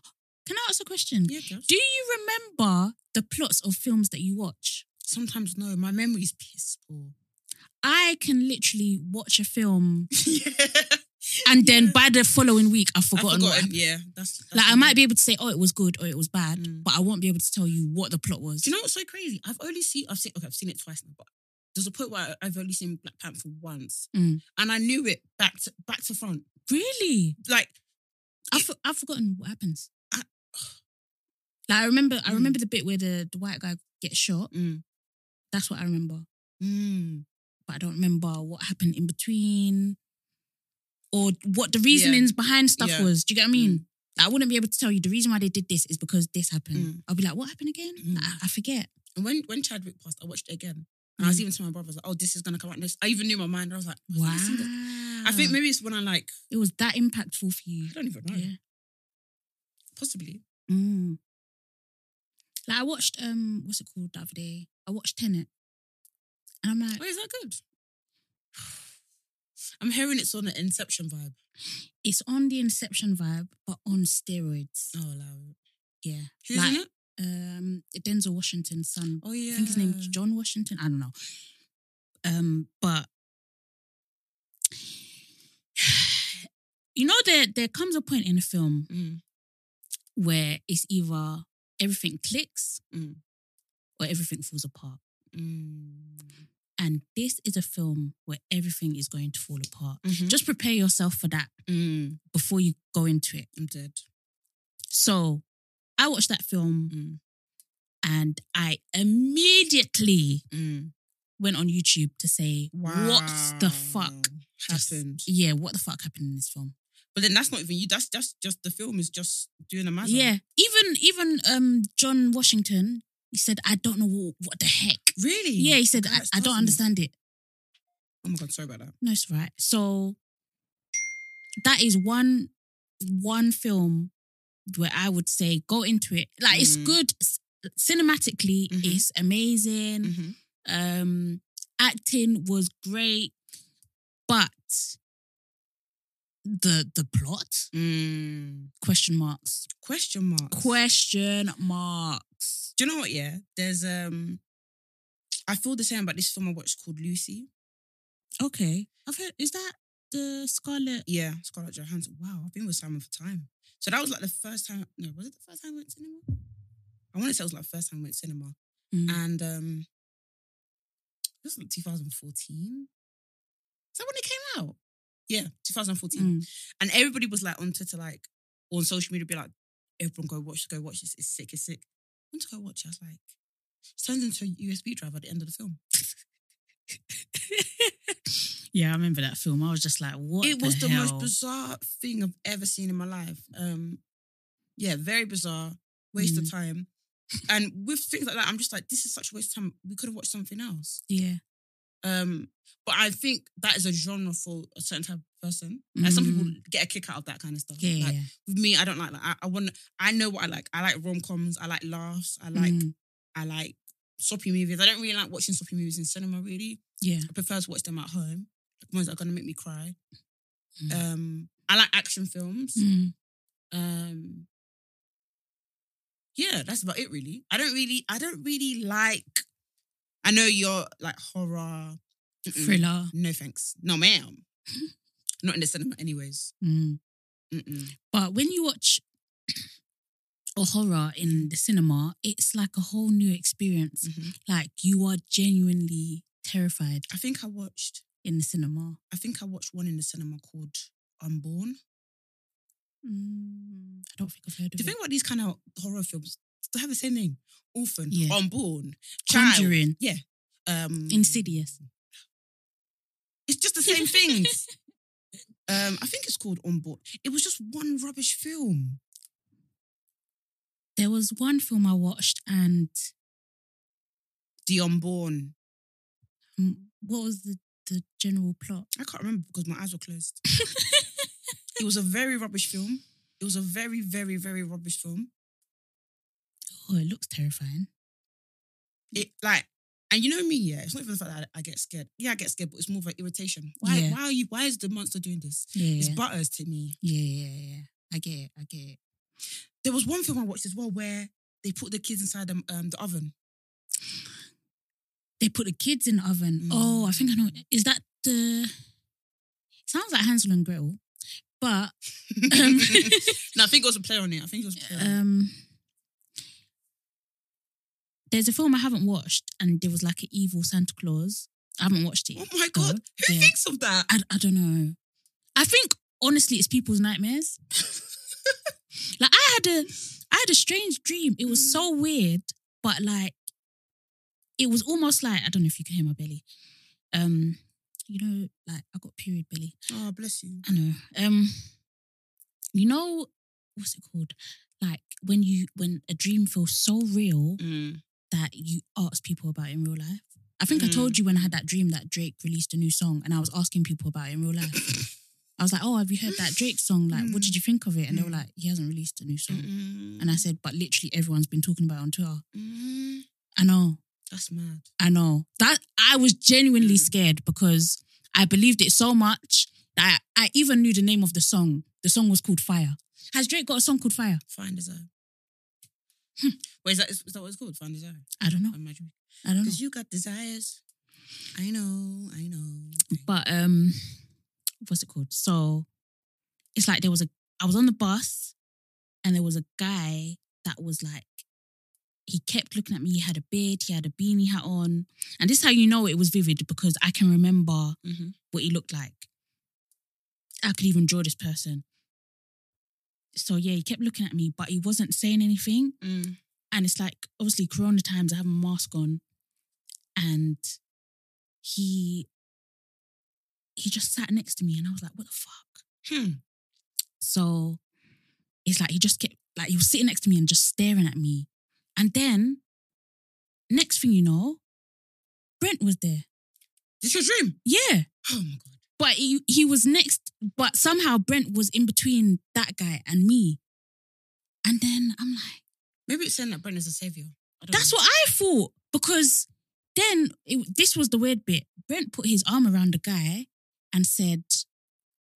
B: Can I ask a question?
A: yeah, girl.
B: Do you remember the plots of films that you watch?
A: Sometimes no, my memory's piss poor.
B: I can literally watch a film
A: yeah,
B: and then by the following week I've
A: I've
B: forgotten. what
A: forgotten.
B: happened.
A: Yeah, that's, that's
B: like I
A: me.
B: might be able to say, oh, it was good or it was bad,
A: Mm.
B: but I won't be able to tell you what the plot was.
A: Do you know what's so crazy? I've only seen I've seen okay, I've seen it twice now, but there's a point where I- I've only seen Black Panther once,
B: Mm.
A: and I knew it back to back to front.
B: really?
A: Like
B: I've, for- I've forgotten what happens.
A: I-
B: like I remember, I
A: Mm.
B: remember the bit where the, the white guy gets shot.
A: Mm.
B: That's what I remember,
A: mm,
B: but I don't remember what happened in between, or what the reasonings behind stuff
A: Yeah. Mm.
B: was. Do you get what I mean? Like, I wouldn't be able to tell you the reason why they did this is because this happened.
A: Mm.
B: I'll be like, what happened again?
A: Mm.
B: Like, I, I forget.
A: and when when Chadwick passed, I watched it again, and
B: Mm.
A: I was even to my brother, I was like, "Oh, this is gonna come out." This I even knew my mind. I was like, I've
B: Wow.
A: already seen this. I think maybe it's when I like
B: it was that impactful for you.
A: I don't even know,
B: Yeah.
A: possibly.
B: Mm. Like I watched um, what's it called the other day? I watched Tenet, and I'm like,
A: Oh, is that good? I'm hearing it's on an Inception vibe.
B: it's on the Inception vibe, but on steroids.
A: Oh, loud.
B: Yeah,
A: Who's
B: like,
A: in it?
B: Um, Denzel Washington's son.
A: Oh yeah,
B: I think his name's John Washington. I don't know. Um, but you know, there there comes a point in a film
A: Mm.
B: where it's either everything clicks
A: Mm.
B: or everything falls apart.
A: Mm.
B: And this is a film where everything is going to fall apart. Just prepare yourself for that
A: Mm,
B: before you go into it.
A: I'm dead. Mm.
B: So I watched that film and I immediately
A: Mm.
B: went on YouTube to say, what's the fuck? just-
A: happened?
B: Yeah, what the fuck happened in this film?
A: e- But then that's not even you. That's that's just the film is just doing a matter.
B: Yeah. Even even um John Washington, he said, I don't know what, what the heck.
A: Really?
B: Yeah, he said,
A: God,
B: I,
A: that's
B: I don't
A: tough.
B: understand it.
A: Oh my god, sorry about that.
B: No, it's right. So that is one one film where I would say go into it. Like it's
A: Mm.
B: good c- cinematically,
A: Mhm.
B: it's amazing.
A: Mhm.
B: Um acting was great, but the the plot
A: Mm.
B: question marks
A: Question mark.
B: question marks
A: Do you know what? Yeah, there's um, I feel the same about this film I watched called Lucy.
B: okay i've heard is that the scarlet
A: Yeah, Scarlett Johansson. Wow, I've been with Simon for time. So that was like the first time. No, was it the first time I went to cinema? I want to say it was like the first time I went to cinema.
B: Mm.
A: And um, this was like 2014. Is that when it came out? Yeah, 2014.
B: Mm.
A: And everybody was like on Twitter, like or on social media, be like, everyone go watch, go watch this. It's sick, it's sick. I went to go watch. it. I was like, it turns into a USB drive at the end of the film.
B: yeah i remember that film i was just like what
A: it was the most
B: hell?
A: bizarre thing I've ever seen in my life. Um, yeah, very bizarre, waste
B: Mm.
A: of time. And with things like that, I'm just like, this is such a waste of time. We could have watched something else.
B: yeah
A: Um, but I think that is a genre for a certain type of person. Like some people get a kick out of that kind of stuff.
B: Mm. yeah
A: like,
B: yeah
A: With me, I don't like that. I, I want. I know what I like. I like rom coms. I like laughs. I like.
B: Mm.
A: I like soppy movies. I don't really like watching soppy movies in cinema. Really,
B: yeah
A: I prefer to watch them at home, like ones that are gonna make me cry.
B: Mm.
A: Um, I like action films.
B: Mm.
A: Um, yeah, that's about it really. I don't really, I don't really like. I know you're like horror, Mm-mm.
B: thriller
A: No thanks, no ma'am. Not in the cinema, anyways.
B: Mm.
A: Mm-mm. mm-hmm.
B: but when you watch a horror in the cinema it's like a whole new experience
A: Mhm.
B: like you are genuinely terrified
A: I think I watched.
B: in the cinema
A: I think I watched one in the cinema called Unborn.
B: Mm, i don't think i've heard of
A: Do you
B: it
A: think about these kind of horror films? They have the same name: Orphan,
B: Yeah.
A: Unborn, Child.
B: conjuring
A: Yeah. Um
B: insidious
A: It's just the same things. um, I think it's called On Board. It was just one rubbish film.
B: there was one film i watched and
A: The Unborn.
B: Mm, what was the, the general plot?
A: I can't remember because my eyes were closed. it was a very rubbish film. It was a very, very, very rubbish film.
B: Oh, it looks terrifying.
A: It like, and you know me, yeah. It's not even the fact that I, I get scared. Yeah, I get scared, but it's more of an irritation. Why?
B: Yeah.
A: Why are you? Why is the monster doing this?
B: Yeah,
A: It's
B: yeah,
A: butters to me.
B: yeah, yeah, yeah. I get it. I get it.
A: There was one film I watched as well where they put the kids inside the, um, the oven.
B: They put the kids in the oven.
A: Mm.
B: Oh, I think I know. Is that the? Sounds like Hansel and Gretel, but Um.
A: no, I think it was a play on it. I think it was a play. on it.
B: um, there's a film I haven't watched, and there was like an evil Santa Claus. I haven't watched it.
A: Oh my
B: though.
A: god, who
B: Yeah.
A: thinks of that?
B: I, I don't know. I think honestly, it's people's nightmares. like I had a, I had a strange dream. It
A: Mm.
B: was so weird, but like, it was almost like I don't know if you can hear my belly. Um, you know, like I got period belly.
A: Oh, bless you.
B: I know. Um, you know, what's it called? Like when you when a dream feels so real that you ask people about it in real life. I think I
A: Mm.
B: told you when I had that dream that Drake released a new song and I was asking people about it in real life. I was like, oh, have you heard that Drake song? Like, what did you think of it? And they were like, he hasn't released a new song. And I said, but literally everyone's been talking about it on Twitter.
A: Mm,
B: I know,
A: that's mad.
B: I know. That I was genuinely scared because I believed it so much that I, I even knew the name of the song. The song was called Fire. Has Drake got a song called Fire?
A: Find desire. Wait, is that, is, is that what it's called? Find desire.
B: I don't know.
A: I imagine.
B: Hmm. Oh, I don't know.
A: Because you got desires. I know, I know.
B: But um, what's it called? So it's like there was a I was on the bus and there was a guy that was like He kept looking at me. He had a beard. He had a beanie hat on. And this is how you know it was vivid because I can remember
C: Mhm.
B: what he looked like. I could even draw this person. So yeah, he kept looking at me, but he wasn't saying anything. And it's like, obviously, Corona times, I have a mask on. And he he just sat next to me and I was like, what the fuck?
C: Hmm.
B: So it's like he just kept like he was sitting next to me and just staring at me. And then next thing you know, Brent was there.
A: This your dream?
B: Yeah.
A: Oh my god.
B: But he, he was next, but somehow Brent was in between that guy and me. And then I'm like,
A: Maybe it's saying that Brent is a savior. I don't
B: That's
A: know.
B: what I thought because then it, this was the weird bit. Brent put his arm around the guy and said,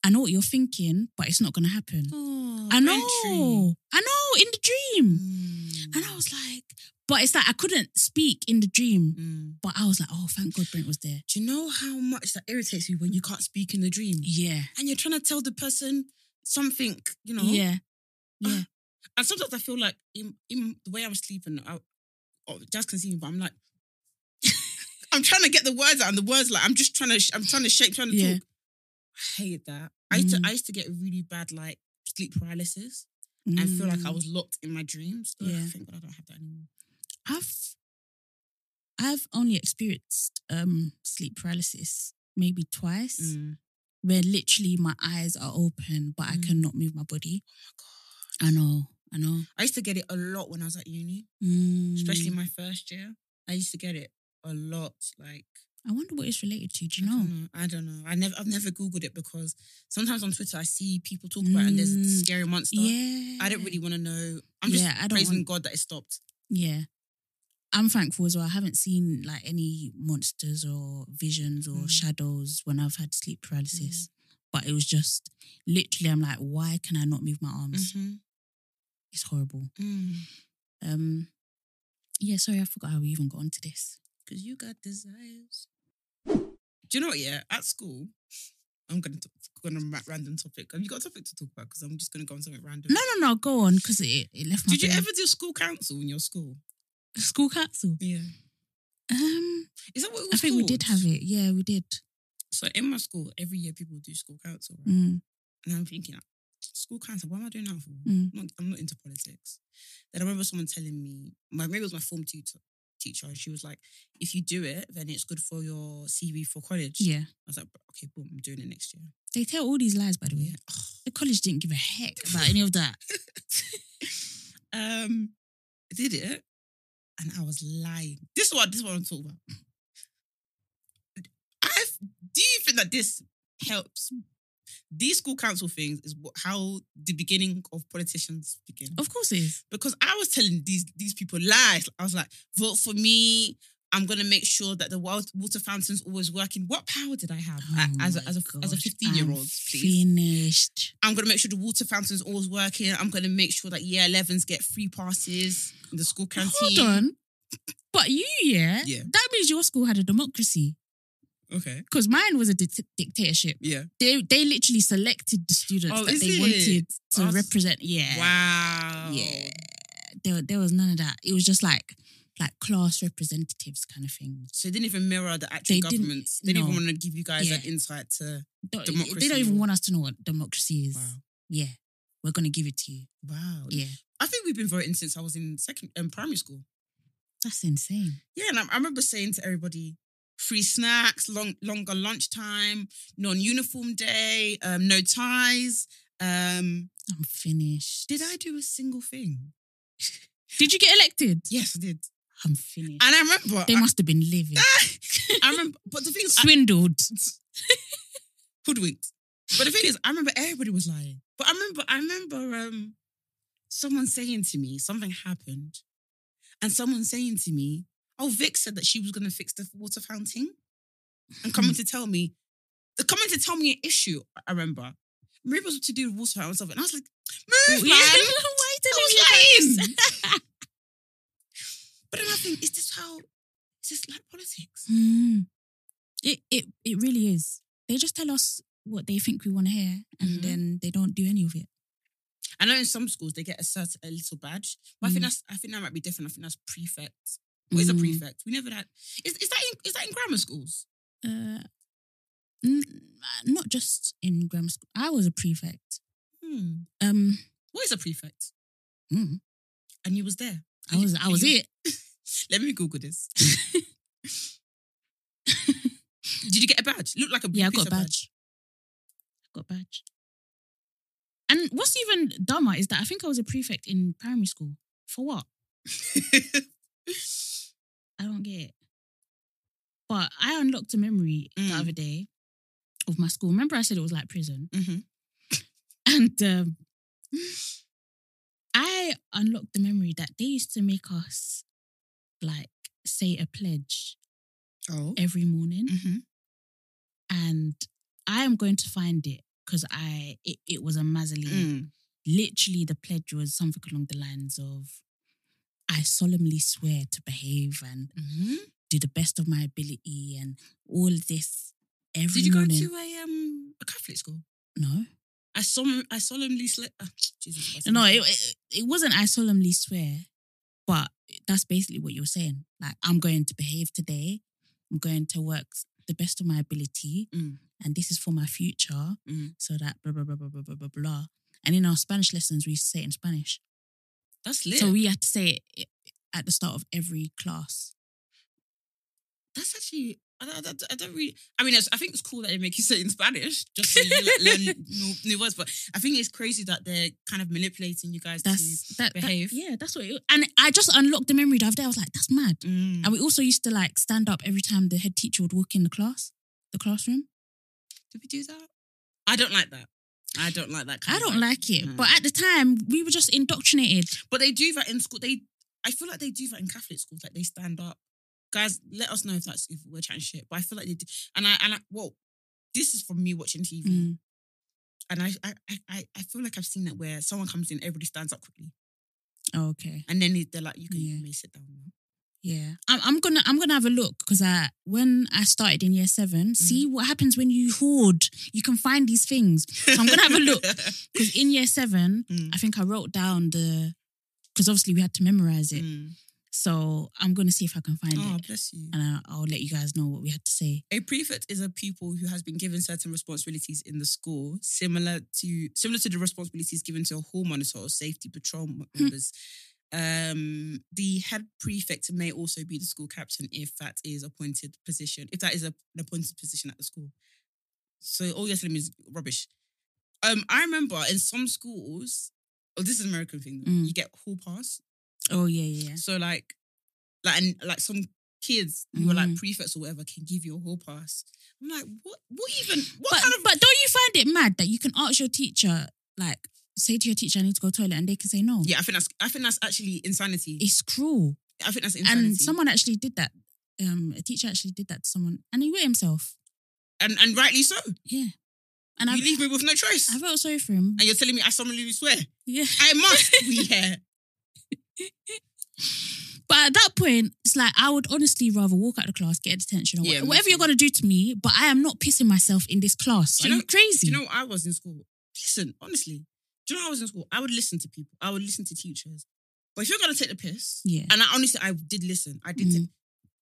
B: "I know what you're thinking, but it's not going to happen."
A: Oh,
B: I know,
A: Brent dream.
B: I know, in the dream,
A: Mm.
B: and I was like, but it's like I couldn't speak in the dream,
A: Mm.
B: but I was like, oh, thank God Brent was there.
A: Do you know how much that irritates you when you can't speak in the dream?
B: Yeah,
A: And you're trying to tell the person something, you know?
B: yeah, yeah.
A: And sometimes I feel like in, in the way I was sleeping, I, oh, Jazz can see me, but I'm like, I'm trying to get the words out, and the words like I'm just trying to, sh- I'm trying to shape, trying to
B: Yeah.
A: talk. I hate that. I used
B: Mm.
A: to, I used to get really bad like sleep paralysis, and feel like I was locked in my dreams. Ugh,
B: Mm. Yeah.
A: Thank God I don't have that anymore.
B: I've I've only experienced um sleep paralysis maybe twice.
A: Mm.
B: where literally my eyes are open, but I
A: Mm.
B: cannot move my body. I know, I know.
A: I used to get it a lot when I was at uni,
B: Mm.
A: especially my first year. I used to get it a lot, like.
B: I wonder what it's related to. Do you
A: I
B: know?
A: don't know. I don't know. I never. I've never googled it because sometimes on Twitter I see people talk about it and there's a
B: Mm.
A: scary monster.
B: Yeah.
A: I don't really want to know. I'm just
B: Yeah, I don't
A: praising
B: want-
A: God that it stopped.
B: Yeah. I'm thankful as well. I haven't seen like any monsters or visions or
A: Mm.
B: shadows when I've had sleep paralysis. But it was just literally, I'm like, why can I not move my arms?
A: Mm-hmm.
B: It's horrible. Um, yeah, sorry, I forgot how we even got onto this.
A: Cause you got desires. Do you know what? Yeah, at school, I'm gonna talk, going on a ra- random topic. Have you got a topic to talk about? Because I'm just gonna go on something random.
B: No, no, no, go on because it, it left my.
A: Did you
B: brain.
A: ever do school council in your school?
B: school council?
A: Yeah.
B: Um,
A: Is that what it
B: I
A: was
B: think we did
A: called?
B: have it. Yeah, we did.
A: So in my school, every year people do school council, right?
B: Mm.
A: And I'm thinking, school council, what am I doing now for?
B: Mm.
A: I'm, not, I'm not into politics. Then I remember someone telling me, my maybe it was my form tutor, teacher, and she was like, if you do it, then it's good for your CV for college.
B: Yeah.
A: I was like, "Bro, okay, boom, I'm doing it next year.
B: They tell all these lies, by the way. The college didn't give a heck about any of that.
A: Um, I did it, and I was lying. This is what this is what I'm talking about. I do you think that this helps? These school council things is what, how the beginning of politicians begin.
B: Of course it is.
A: because I was telling these these people lies. I was like, vote for me. I'm gonna make sure that the wa- water fountain's always working. What power did I have a-
B: Oh
A: as a,
B: my
A: as a as a
B: gosh,
A: 15 year
B: I'm
A: old? Please,
B: Finished.
A: I'm gonna make sure the water fountain's always working. I'm gonna make sure that year 11s get free passes in the school canteen.
B: Hold on. But you, yeah,
A: Yeah.
B: that means your school had a democracy
A: Okay.
B: because mine was a dic- dictatorship.
A: Yeah.
B: They they literally selected the students
A: Oh,
B: that
A: is
B: they
A: it?
B: wanted to
A: Us-
B: represent. Yeah.
A: Wow.
B: Yeah. There, there was none of that. It was just like like class representatives kind of thing.
A: So they didn't even mirror the actual
B: They didn't-
A: governments. They didn't
B: no.
A: even want to give you guys
B: Yeah.
A: an insight to.
B: Don't- They
A: Democracy
B: don't even
A: or-
B: want us to know what democracy is.
A: Wow.
B: Yeah. We're gonna give it to you.
A: Wow.
B: Yeah.
A: I think we've been voting since I was in second um, primary school.
B: That's insane.
A: Yeah, and I, I remember saying to everybody, free snacks, long longer lunchtime, non-uniform day, um, no ties. Um,
B: I'm finished.
A: did I do a single thing?
B: Did you get elected?
A: Yes, I did.
B: I'm finished.
A: And I remember,
B: they
A: I,
B: must have been living.
A: I remember. But the thing is, I,
B: Swindled.
A: hoodwinked. But the thing is, I remember everybody was lying. But I remember, I remember um, someone saying to me something happened, and someone saying to me, "Oh, Vic said that she was going to fix the water fountain," and coming to tell me, they're coming to tell me an issue. I remember. Maybe it was to do with water fountain or something. And I was like, "Move, man!"
B: Why did
A: I was lying. but then I think, is this how? Is this like politics?
B: Mm. It it it really is. They just tell us what they think we want to hear, and
A: Mhm.
B: then they don't do any of it.
A: I know in some schools they get a certain a little badge, but I think that's I think that might be different. I think that's prefect. What is a
B: Mm.
A: prefect? We never had. Is, is that in, is that in grammar schools?
B: Uh, n- uh, not just in grammar school. I was a prefect.
A: Hmm.
B: Um,
A: What is a prefect?
B: mm,
A: And you was there.
B: I was I was it.
A: Let me Google this. Did you get a badge? Looked like a
B: Yeah, I
A: piece
B: got a
A: of
B: badge. I got a badge. And what's even dumber is that I think I was a prefect in primary school. For what? I don't get it. But I unlocked a memory the
A: Mm.
B: other day of my school. Remember, I said it was like prison,
A: Mhm.
B: and um, I unlocked the memory that they used to make us like say a pledge
A: Oh.
B: every morning,
A: Mm-hmm.
B: and I am going to find it because I it, it was a Masley.
A: Mm.
B: Literally, the pledge was something along the lines of, "I solemnly swear to behave and
A: Mm-hmm.
B: do the best of my ability and all this every
A: Did you go
B: morning.
A: to a um a Catholic school?
B: no,
A: I som- I solemnly slept. Jesus Christ.
B: no, it, it it wasn't. I solemnly swear, but that's basically what you're saying. Like I'm going to behave today. I'm going to work the best of my ability,
A: Mm.
B: and this is for my future.
A: Mm.
B: So that blah blah blah blah blah blah blah blah. And in our Spanish lessons, we used to say it in Spanish.
A: that's lit.
B: So we had to say it at the start of every class.
A: that's actually. I don't, I, don't, I don't really. I mean, it's, I think it's cool that they make you say it in Spanish just so you like, learn new, new words. But I think it's crazy that they're kind of manipulating you guys. to,
B: That's that, that-
A: behave.
B: yeah, that's what. It, and I just unlocked the memory the other day. I was like, that's mad.
A: Mm.
B: And we also used to like stand up every time the head teacher would walk in the class, the classroom.
A: Did we do that? I don't like that. I don't like that. Kind
B: I
A: of
B: don't like it,
A: Mm.
B: but at the time we were just indoctrinated.
A: But they do that in school. They, I feel like they do that in Catholic schools. Like they stand up. Guys, let us know if that's if we're chatting shit. But I feel like they do. And I and I, well, this is from me watching TV.
B: Mm.
A: And I, I I- I I feel like I've seen that where someone comes in, everybody stands up quickly,
B: Oh, okay,
A: and then they're like, "You can
B: Yeah.
A: you may sit down." now.
B: yeah. I'm, I'm gonna I'm gonna have a look because I when I started in year
A: Mm.
B: seven, see what happens when you hoard. You can find these things. So I'm gonna have a look because in year seven,
A: Mm.
B: I think I wrote down the because obviously we had to memorize it.
A: Mm.
B: So I'm gonna see if I can find
A: Oh,
B: it,
A: bless you.
B: and I, I'll let you guys know what we had to say.
A: A prefect is a pupil who has been given certain responsibilities in the school, similar to similar to the responsibilities given to a hall monitor or safety patrol m-
B: Hmm.
A: members. Um, the head prefect may also be the school captain if that is appointed position, if that is a, an appointed position at the school. So all you're telling me is rubbish. Um, I remember in some schools, oh, this is an American thing.
B: Mm.
A: You get hall pass,
B: Oh yeah, yeah, yeah.
A: so like, like and like some kids who are like
B: Mhm.
A: prefects or whatever can give you a hall pass. I'm like, what? What even? What
B: but,
A: kind of?
B: but don't you find it mad that you can ask your teacher, like, say to your teacher, I need to go toilet, and they can say no?
A: yeah, I think that's I think that's actually insanity.
B: It's cruel.
A: I think that's insanity.
B: And someone actually did that. Um, a teacher actually did that to someone, and he wet himself.
A: and, and rightly so.
B: Yeah. And I,
A: you leave me with no choice.
B: I felt sorry for him.
A: and you're telling me I solemnly swear
B: yeah.
A: I must be here.
B: But at that point, it's like I would honestly rather walk out the class, get a detention, or
A: Yeah,
B: wha-
A: me
B: whatever you're
A: too.
B: gonna do to me. But I am not pissing myself in this class.
A: Do
B: Are
A: you
B: you,
A: know-
B: crazy?
A: Do you know what I was in school? Listen, honestly, do you know what I was in school? I would listen to people. I would listen to teachers. But if you're gonna take the piss,
B: Yeah.
A: And I honestly, I did listen. I did.
B: Mm.
A: take-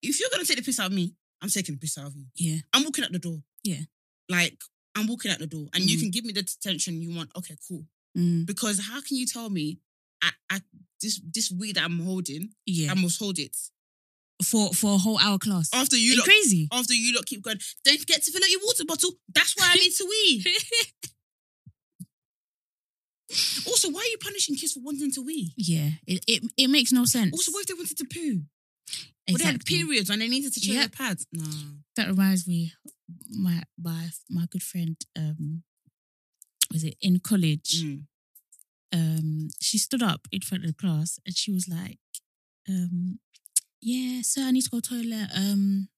A: if you're gonna take the piss out of me, I'm taking the piss out of you.
B: yeah.
A: I'm walking out the door.
B: Yeah.
A: Like, I'm walking out the door and you
B: Mhm.
A: can give me the detention you want. Okay, cool.
B: Mm.
A: Because how can you tell me I, I this this weed that I'm holding,
B: Yeah.
A: I must hold it.
B: for for a whole hour class.
A: After
B: Are
A: you
B: you
A: lot,
B: crazy?
A: after you lot keep going, don't forget to fill up your water bottle. That's why I need to wee. also, why are you punishing kids for wanting to wee?
B: Yeah. It it, it makes no sense.
A: Also, what if they wanted to poo? Or they had periods and they needed to change
B: Yeah.
A: their pads. Nah.
B: that reminds me, my my my good friend, um, was it in college?
A: Mm.
B: Um, she stood up in front of the class and she was like, um, "Yeah, sir, I need to go to the toilet. Um,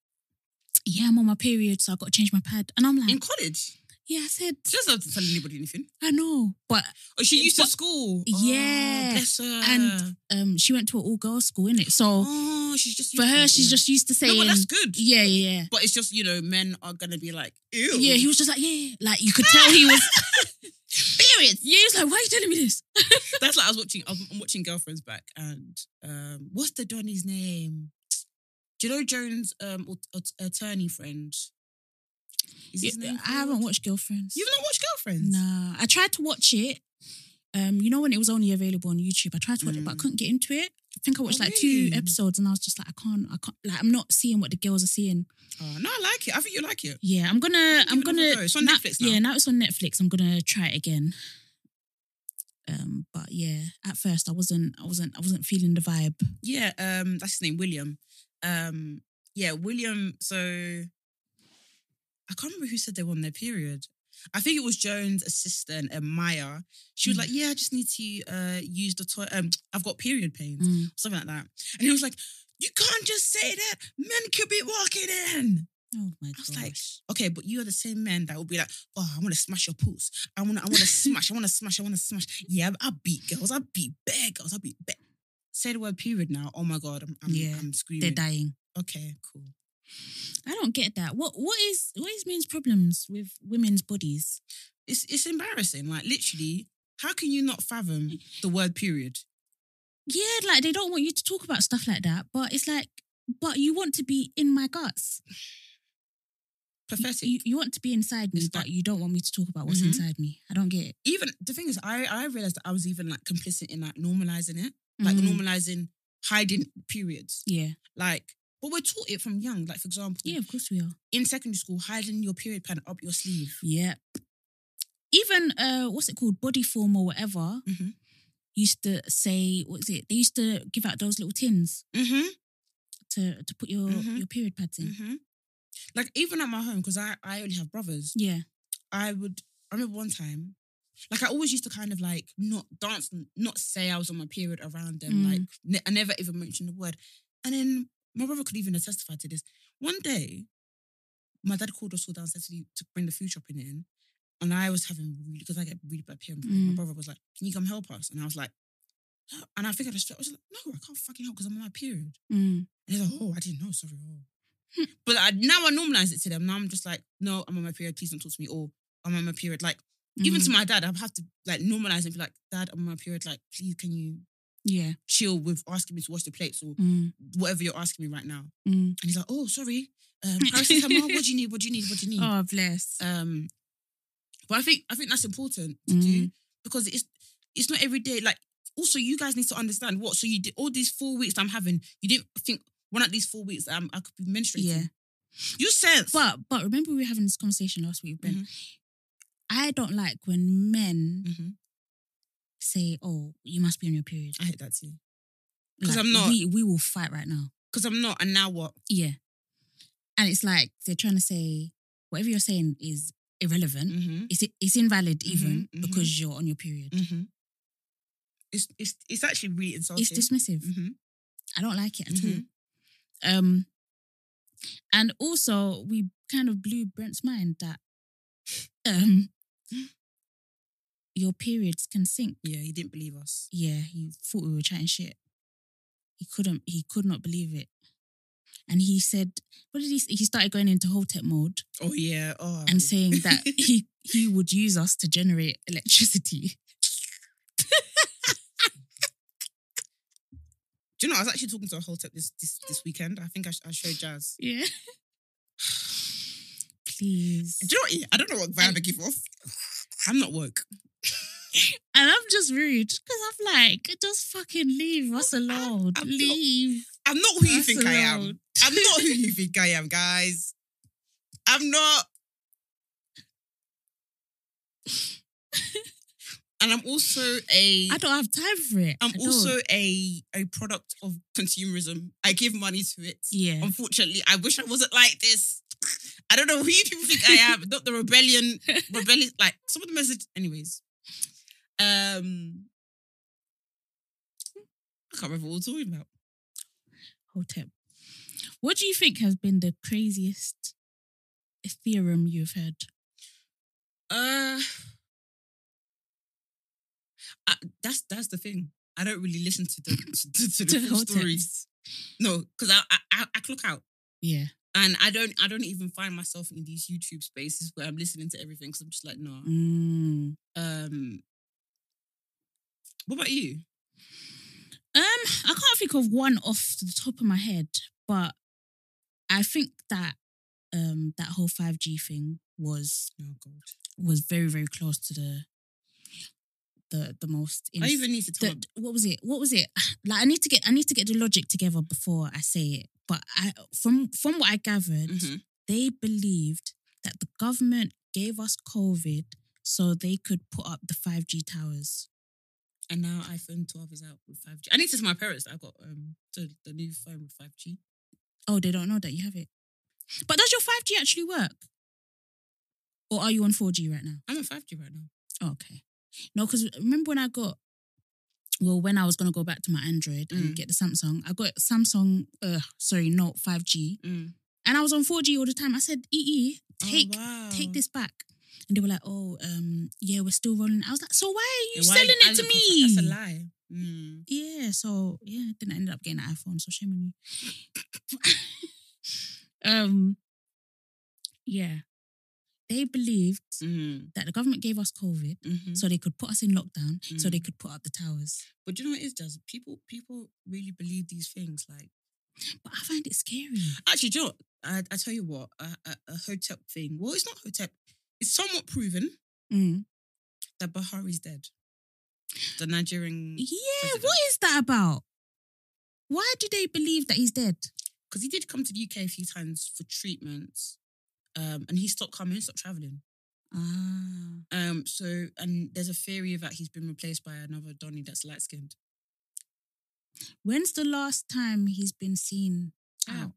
B: yeah, I'm on my period, so I got to change my pad." And I'm like,
A: In college.
B: "Yeah, I said,
A: She doesn't have to tell anybody anything.
B: I know, but
A: Oh, she used
B: But-
A: to school.
B: Yeah.
A: Oh, bless her.
B: and um, she went to an all girls school, innit? So
A: oh, she's just
B: for
A: used to
B: her,
A: it,
B: she's
A: yeah.
B: just used to saying,
A: No, but that's good.
B: yeah, yeah, yeah."
A: But it's just you know, men are gonna be like, ew.
B: Yeah, he was just like, yeah, yeah. like you could tell he was. But yeah,
A: serious?
B: Yeah, he's like, why are you telling me this?
A: That's like I was watching. I'm I'm watching Girlfriends back, and um, what's the Donny's name? Do you know Jones' um, at- at- attorney friend? Is his name?
B: I haven't
A: called-
B: watched Girlfriends.
A: You've not watched Girlfriends?
B: Nah, I tried to watch it. Um, you know when it was only available on YouTube, I tried to watch it, but I
A: Mm.
B: couldn't get into it. I think I watched
A: Oh,
B: like
A: really?
B: two episodes, and I was just like, I can't, I can't. Like, I'm not seeing what the girls are seeing.
A: Oh, no, I like it. I think you like it.
B: Yeah, I'm gonna, I'm
A: give it another
B: gonna.
A: go. It's on
B: na-
A: Netflix now.
B: Yeah, now it's on Netflix. I'm gonna try it again. Um, but yeah, at first I wasn't, I wasn't, I wasn't feeling the vibe.
A: Yeah, um, that's his name, William. Um, yeah, William. So I can't remember who said they were on their period. I think it was Jones' assistant, and Maya. She was
B: Mm.
A: like, "Yeah, I just need to uh, use the toilet. Um, I've got period pains,
B: Mm.
A: something like that." And he was like, "You can't just say that. Men could be walking in."
B: Oh my
A: I
B: gosh!
A: was like, "Okay, but you are the same men that will be like, oh, I want to smash your pools. I want to, I want to smash. I want to smash. I want to smash. Yeah, I beat girls. I beat bad girls. I beat bad." Say the word period now. Oh my god, I'm, I'm,
B: Yeah,
A: I'm
B: they're
A: screaming.
B: dying.
A: Okay, cool.
B: I don't get that. What what is what is men's problems with women's bodies?
A: It's it's embarrassing. Like literally, how can you not fathom the word period?
B: Yeah, like they don't want you to talk about stuff like that, but it's like, but you want to be in my guts.
A: Pathetic.
B: You, you want to be inside me,
A: It's
B: but
A: like-
B: you don't want me to talk about what's
A: Mhm.
B: inside me. I don't get it.
A: even the thing is, I I realized that I was even like complicit in like normalizing it, like
B: Mhm.
A: normalizing hiding periods,
B: Yeah,
A: like. But we're taught it from young. Like for example,
B: yeah, of course we are.
A: in secondary school, hiding your period pad up your sleeve.
B: Yeah. Even uh, what's it called, body form or whatever,
A: Mhm.
B: used to say what's it? They used to give out those little tins
A: Mm-hmm.
B: to to put your
A: Mhm.
B: your period pads in.
A: Mm-hmm. Like even at my home, because I I only have brothers.
B: Yeah,
A: I would. I remember one time, like I always used to kind of like not dance, not say I was on my period around them.
B: Mm.
A: Like ne- I never even mentioned the word. And then my brother could even testify to this. One day, my dad called us all downstairs to, to bring the food shopping in, and I was having really because I get really bad period. pain. My
B: Mm.
A: brother was like, "Can you come help us?" And I was like, "No." and I think I just felt- I was like, "No, I can't fucking help because I'm on my period."
B: Mm.
A: And he's like, oh, I didn't know, sorry. Oh. but I, now I normalize it to them. Now I'm just like, no, I'm on my period. Please don't talk to me. Or I'm on my period. Like, even
B: Mm.
A: to my dad, I've had to like normalize and be like, dad, I'm on my period. Like, please, can you
B: yeah,
A: chill with asking me to wash the plates or
B: mm.
A: whatever you're asking me right now?
B: Mm.
A: And he's like, oh, sorry. Um, paracetamol, what do you need? What do you need? What do you need?
B: oh bless.
A: Um, but I think I think that's important to
B: Mm-hmm.
A: do because it's it's not every day. Like also, you guys need to understand what. So you did all these four weeks I'm having. You didn't think one of these four weeks um, I could be menstruating.
B: Yeah.
A: you sense.
B: But but remember we were having this conversation last week, Ben.
A: Mhm. Mm-hmm.
B: I don't like when men
A: Mhm.
B: say, "Oh, you must be on your period."
A: I hate that too because
B: Like,
A: I'm not.
B: We, we will fight right now.
A: Because I'm not. And now what?
B: Yeah, and it's like they're trying to say whatever you're saying is irrelevant.
A: Mm-hmm.
B: It's it's invalid even
A: Mhm, mhm.
B: because you're on your period.
A: Mm-hmm. It's it's it's actually really insulting.
B: It's dismissive.
A: mm-hmm.
B: I don't like it at
A: Mhm.
B: all. Um, and also we kind of blew Brent's mind that um your periods can sink.
A: Yeah, he didn't believe us.
B: yeah, he thought we were chatting shit. He couldn't. He could not believe it. And he said, "What did he?" Say? He started going into whole tech mode
A: Oh yeah. Oh.
B: and saying that he he would use us to generate electricity.
A: Do you know? I was actually talking to a whole tech this this this weekend. I think I, sh- I showed Jazz.
B: Yeah. Please.
A: Do you know what? I don't know what vibe I give off. I'm not woke.
B: And I'm just rude because I'm like, just fucking leave us alone.
A: I'm not-
B: leave.
A: I'm not who you
B: That's
A: think I am.
B: allowed.
A: I'm not who you think I am, guys. I'm not. and I'm also a.
B: I don't have time for it.
A: I'm
B: I don't.
A: also a a product of consumerism. I give money to it.
B: yeah.
A: Unfortunately, I wish I wasn't like this. I don't know who you people think I am. Not the rebellion, rebellious. Like some of the message, anyways. Um, I can't remember what we're talking about.
B: Hotep. What do you think has been the craziest theorem you've heard?
A: Uh, I, that's that's the thing. I don't really listen to the to, to the
B: To
A: full
B: Hoteps.
A: stories. No, because I, I- I I clock out
B: Yeah.
A: and I don't I don't even find myself in these YouTube spaces where I'm listening to everything because I'm just like no.
B: Mm.
A: Um, What about you?
B: Um, I can't think of one off the top of my head, but I think that um that whole five G thing was
A: Oh God.
B: was very very close to the the the most.
A: I
B: ins-
A: even need to tell.
B: the, what was it? What was it? Like I need to get I need to get the logic together before I say it. But I from from what I gathered,
A: Mhm.
B: they believed that the government gave us COVID so they could put up the five G towers.
A: And now iPhone 12 is out with 5G. I need to tell my parents that I got um the, the new phone with 5G.
B: Oh, they don't know that you have it. But does your 5G actually work? Or are you on 4G right now?
A: I'm on 5G right now.
B: Oh, okay. No, because remember when I got, well, when I was going to go back to my Android and
A: Mm.
B: get the Samsung, I got Samsung, uh, sorry, Note 5G.
A: Mm.
B: And I was on 4G all the time. I said, EE, take,
A: Oh, wow.
B: take this back. And they were like, oh, um, yeah, we're still rolling. I was like, so why are you
A: Yeah, why-
B: selling it
A: I-
B: to
A: that's
B: me?
A: a- That's a lie. Mm.
B: Yeah, so yeah, then I ended up getting an iPhone. So shame on you. um, yeah, they believed
A: Mm.
B: that the government gave us COVID
A: hmm
B: so they could put us in lockdown, so
A: Mm.
B: they could put up the towers.
A: But do you know what it is, Jazz? People people really believe these things. Like
B: But I find it scary.
A: actually, do you know what? I, I tell you what, a, a, a hotep thing. Well, it's not hotep. It's somewhat proven
B: Mm.
A: that Bahari's dead. The Nigerian
B: Yeah,
A: President.
B: what is that about? Why do they believe that he's dead?
A: because he did come to the UK a few times for treatments, um, and he stopped coming, stopped traveling.
B: Ah,
A: Um, so and there's a theory that he's been replaced by another Donny that's light skinned.
B: when's the last time he's been seen?
A: Ah.
B: out?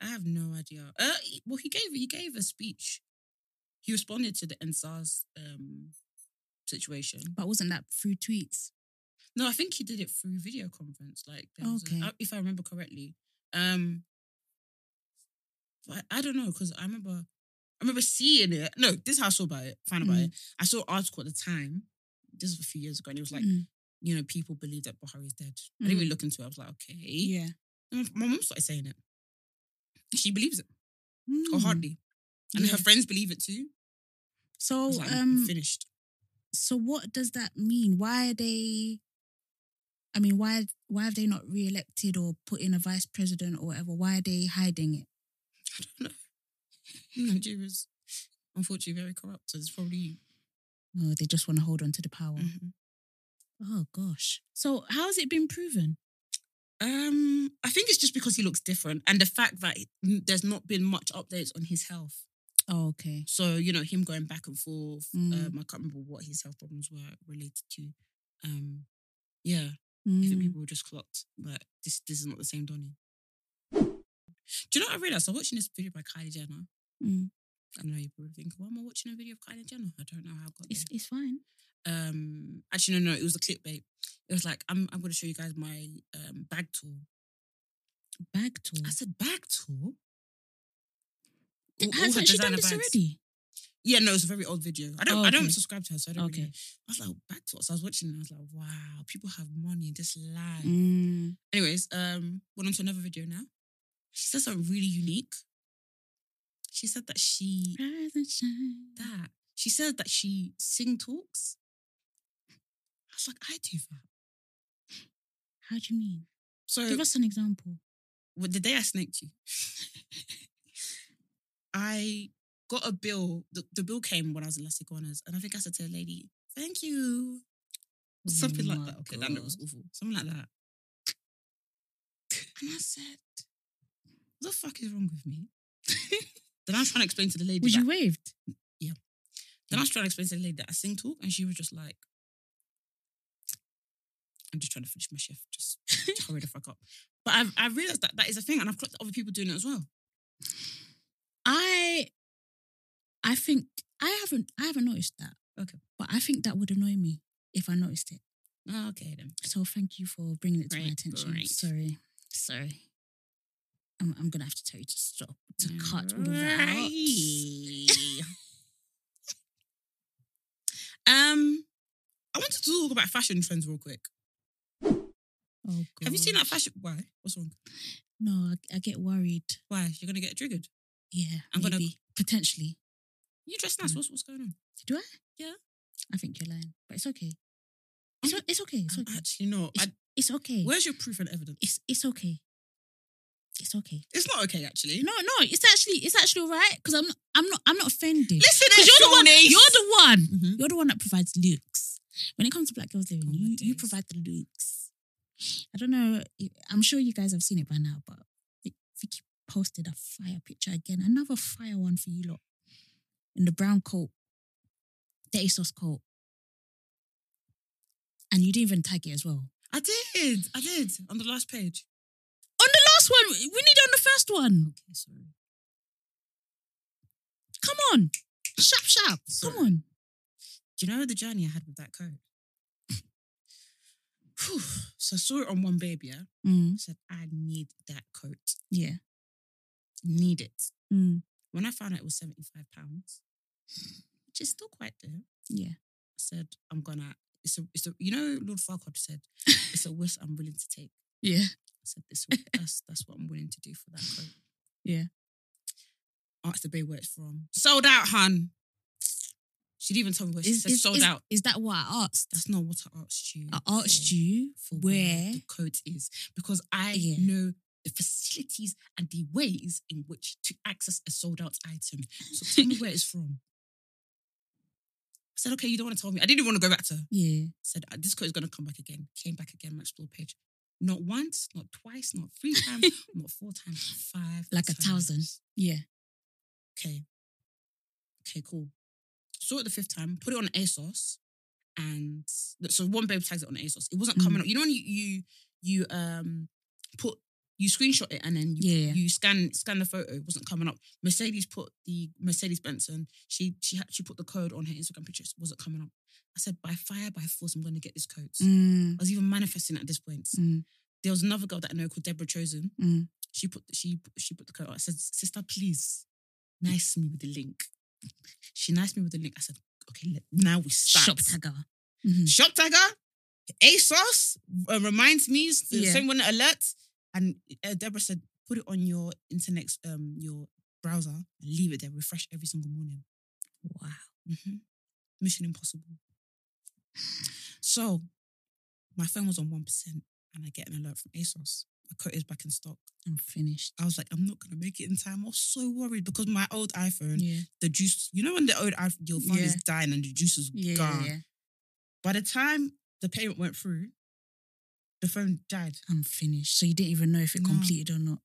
A: I have no idea. Uh, he- well, he gave he gave a speech. He responded to the NSARS um situation.
B: But wasn't that through tweets?
A: No, I think he did it through video conference. Like, there was a-
B: Okay.
A: uh, if I remember correctly, um, but I, I don't know because I remember, I remember seeing it. No, this is how I saw about it. Found about
B: Mm.
A: it. I saw an article at the time. This was a few years ago, and it was like,
B: Mm.
A: you know, people believe that Buhari is dead. I didn't
B: Mm.
A: really look into it. I was like, okay,
B: yeah.
A: And My mom started saying it. She believes it,
B: Mm.
A: or hardly, and
B: Yeah.
A: her friends believe it too. I
B: So
A: was like, I'm
B: Mm. um,
A: finished.
B: so what does that mean? Why are they? I mean, why why have they not re-elected or put in a vice president or whatever? Why are they hiding it? hmm.
A: Nigeria's unfortunately very corrupt, so it's probably.
B: Oh, they just want to hold on to the power.
A: Mm.
B: Oh gosh. So how has it been proven?
A: Um, I think it's just because he looks different, and the fact that n- there's not been much updates on his health.
B: Oh, okay.
A: So you know him going back and forth.
B: Mm.
A: Um, I can't remember what his health problems were related to. Um, yeah, I think
B: Mm.
A: people were just clocked, but this this is not the same Donny. Do you know what I realized? I'm watching this video by Kylie Jenner.
B: Mm.
A: I know you probably think, why am I watching a video of Kylie Jenner? I don't know how I got
B: It's
A: there.
B: it's fine.
A: Um, actually, no, no, it was a clickbait. It was like, I'm, I'm going to show you guys my um, bag tour.
B: Bag tour.
A: I said bag tour.
B: Th-
A: All- all
B: Has
A: her
B: she done
A: designer
B: this
A: bags.
B: already?
A: Yeah, no, it's a very old video. I don't,
B: Oh,
A: I don't
B: okay.
A: subscribe to her, so I don't.
B: Okay.
A: Really, I was like back to us. I was watching, and I was like, wow, people have money. This life.
B: Mm.
A: Anyways, um, went on to another video now. She said something really unique. She said that she
B: Rise and shine.
A: that she said that she sing talks. I was like, I do that.
B: How do you mean?
A: So
B: Give us an example.
A: well, the day I snaked you, I got a bill. The, the bill came when I was in Las Iguanas, and I think I said to the lady, "Thank you." Or something
B: Oh my
A: like that. Okay, that note was
B: God.
A: awful. Something like that. And I said, "What the fuck is wrong with me?" then I was trying to explain to the lady.
B: Would
A: that,
B: you waved?
A: then I was trying to explain to the lady that I sing talk, and she was just like, "I'm just trying to finish my shift. Just hurry the fuck up." But I've, I realized that that is a thing, and I've clocked other people doing it as well.
B: I I think I haven't I haven't noticed that.
A: Okay.
B: But I think that would annoy me if I noticed it.
A: Oh, okay then.
B: So thank you for bringing it to my
A: Right,
B: attention.
A: right.
B: Sorry. Sorry. I'm, I'm gonna have to tell you to stop to cut all of that out.
A: that out. um, I wanted to talk about fashion trends real quick.
B: Oh, God.
A: Have you seen that fashion? Why? What's wrong?
B: No, I, I get worried.
A: Why? You're gonna get triggered.
B: Yeah,
A: I'm gonna-
B: maybe potentially.
A: You dress nice. What's what's going on?
B: Do I?
A: Yeah.
B: I think you're lying, but it's okay. It's, o- it's okay. It's
A: I'm
B: okay.
A: actually not. I,
B: It's okay.
A: where's your proof and evidence?
B: It's it's okay. It's okay.
A: It's not okay, actually.
B: No, no, it's actually it's actually all right because I'm not I'm not I'm not offended.
A: Listen,
B: Because you're the one. You're the one.
A: Mhm.
B: You're the one that provides looks. When it comes to black girls living,
A: Oh, my
B: you, you
A: days.
B: provide the looks. I don't know. I'm sure you guys have seen it by now, but Vi- Vicky posted a fire picture again. Another fire one for you lot. In the brown coat, the ASOS coat, and you didn't even tag it as well.
A: I did. I did on the last page.
B: On the last one, we need it on the first one. Okay, sorry. Come on, sharp, sharp.
A: Sorry.
B: Come on.
A: Do you know the journey I had with that coat? Whew. So I saw it on one baby. Yeah? I
B: Mm,
A: said, I need that coat.
B: yeah.
A: Need it.
B: Mm,
A: When I found out it was seventy-five pounds, which is still quite there, I
B: yeah.
A: said, I'm gonna. It's a. It's a. You know, Lord Farquhar said, it's a risk I'm willing to take.
B: Yeah.
A: I said, this. will- That's that's what I'm willing to do for that coat.
B: Yeah.
A: Asked the babe where it's from. Sold out, hun. She'd even told me where she said sold
B: is,
A: out.
B: Is that what I asked?
A: That's not what I asked you.
B: I asked
A: for.
B: you
A: for
B: where.
A: the code is because I
B: Yeah.
A: know the facilities and the ways in which to access a sold out item. So tell me where it's from. I said, okay, you don't want to tell me. I didn't want to go back to her.
B: Yeah.
A: said, "Uh, this code is going to come back again. Came back again, my explore page. Not once, not twice, not three times, not four times, five.
B: Like a thousand.
A: times.
B: Yeah.
A: Okay. Okay, cool. Saw it the fifth time, put it on ASOS, and so one babe tags it on ASOS. It wasn't coming up. You know when you you, you um put you screenshot it and then you,
B: Yeah, yeah.
A: you scan scan the photo. It wasn't coming up. Mercedes put the Mercedes Benson. She she had she put the code on her Instagram pictures. Wasn't coming up. I said by fire by force I'm gonna get this coat.
B: Mm,
A: I was even manifesting at this point.
B: Mm.
A: There was another girl that I know called Deborah Chosen.
B: Mm.
A: She put she she put the code. out. I said, "Sister, please, nice me with the link." She nice me with the link. I said, "Okay, let, now we start."
B: shop tagger. Mhm.
A: Shop tagger. ASOS uh, reminds me. s-
B: Yeah.
A: Send one alert. And uh, Deborah said, "Put it on your internet, um, your browser, and leave it there. Refresh every single morning."
B: Wow.
A: hmm Mission Impossible. So, my phone was on one percent, and I get an alert from ASOS. The coat is back in stock.
B: I'm finished.
A: I was like, I'm not gonna make it in time. I was so worried because my old iPhone,
B: Yeah.
A: the juice. You know when the old iPhone, your phone is
B: Yeah.
A: dying and the juice is
B: Yeah.
A: gone.
B: yeah, yeah.
A: By the time the payment went through, the phone died.
B: I'm finished. So you didn't even know if it
A: No.
B: completed or not.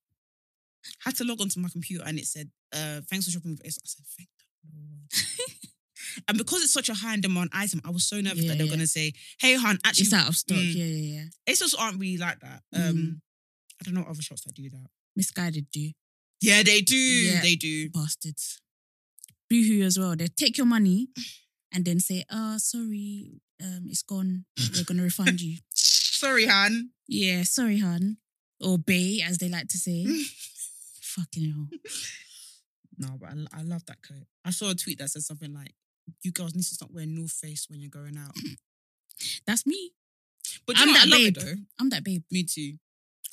A: had to log onto my computer and it said, uh, thanks for shopping with ASOS. I said, thank the Lord. and because it's such a high in demand item, I was so nervous
B: Yeah,
A: that they were
B: yeah.
A: gonna say, hey, hon, actually,
B: It's out of stock.
A: Mm.
B: Yeah, yeah, yeah.
A: ASOS aren't really like that. Um, I don't know other shops that do that.
B: Misguided do.
A: Yeah, they do.
B: Yeah.
A: They do.
B: bastards. Boohoo as well. They take your money and then say, "Oh, sorry, um, it's gone. We're gonna refund you."
A: Sorry, Han.
B: Yeah, sorry, hun, or "bay" as they like to say. Fucking hell.
A: No, but I, lo- I love that coat. I saw a tweet that said something like, "You girls need to stop wearing North Face when you're going out."
B: That's me.
A: But you
B: I'm
A: know, what?
B: that
A: I love
B: babe.
A: it though.
B: I'm that babe.
A: Me too.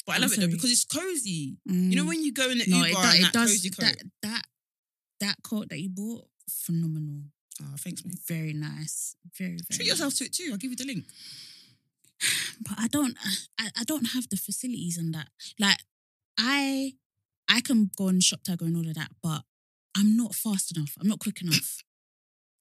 A: But I
B: I'm
A: love it
B: sorry.
A: though because it's cozy. You know
B: Mm.
A: when you go in the
B: no,
A: Uber
B: it, do-
A: and
B: it
A: that
B: does
A: cozy coat.
B: that that that coat that you bought. Phenomenal.
A: oh, thanks, mate.
B: Very nice. Very very.
A: Treat yourself to it too. I'll give you the link.
B: but I don't I, I don't have the facilities and that. Like I I can go on shop tiger and all of that, but I'm not fast enough. I'm not quick enough.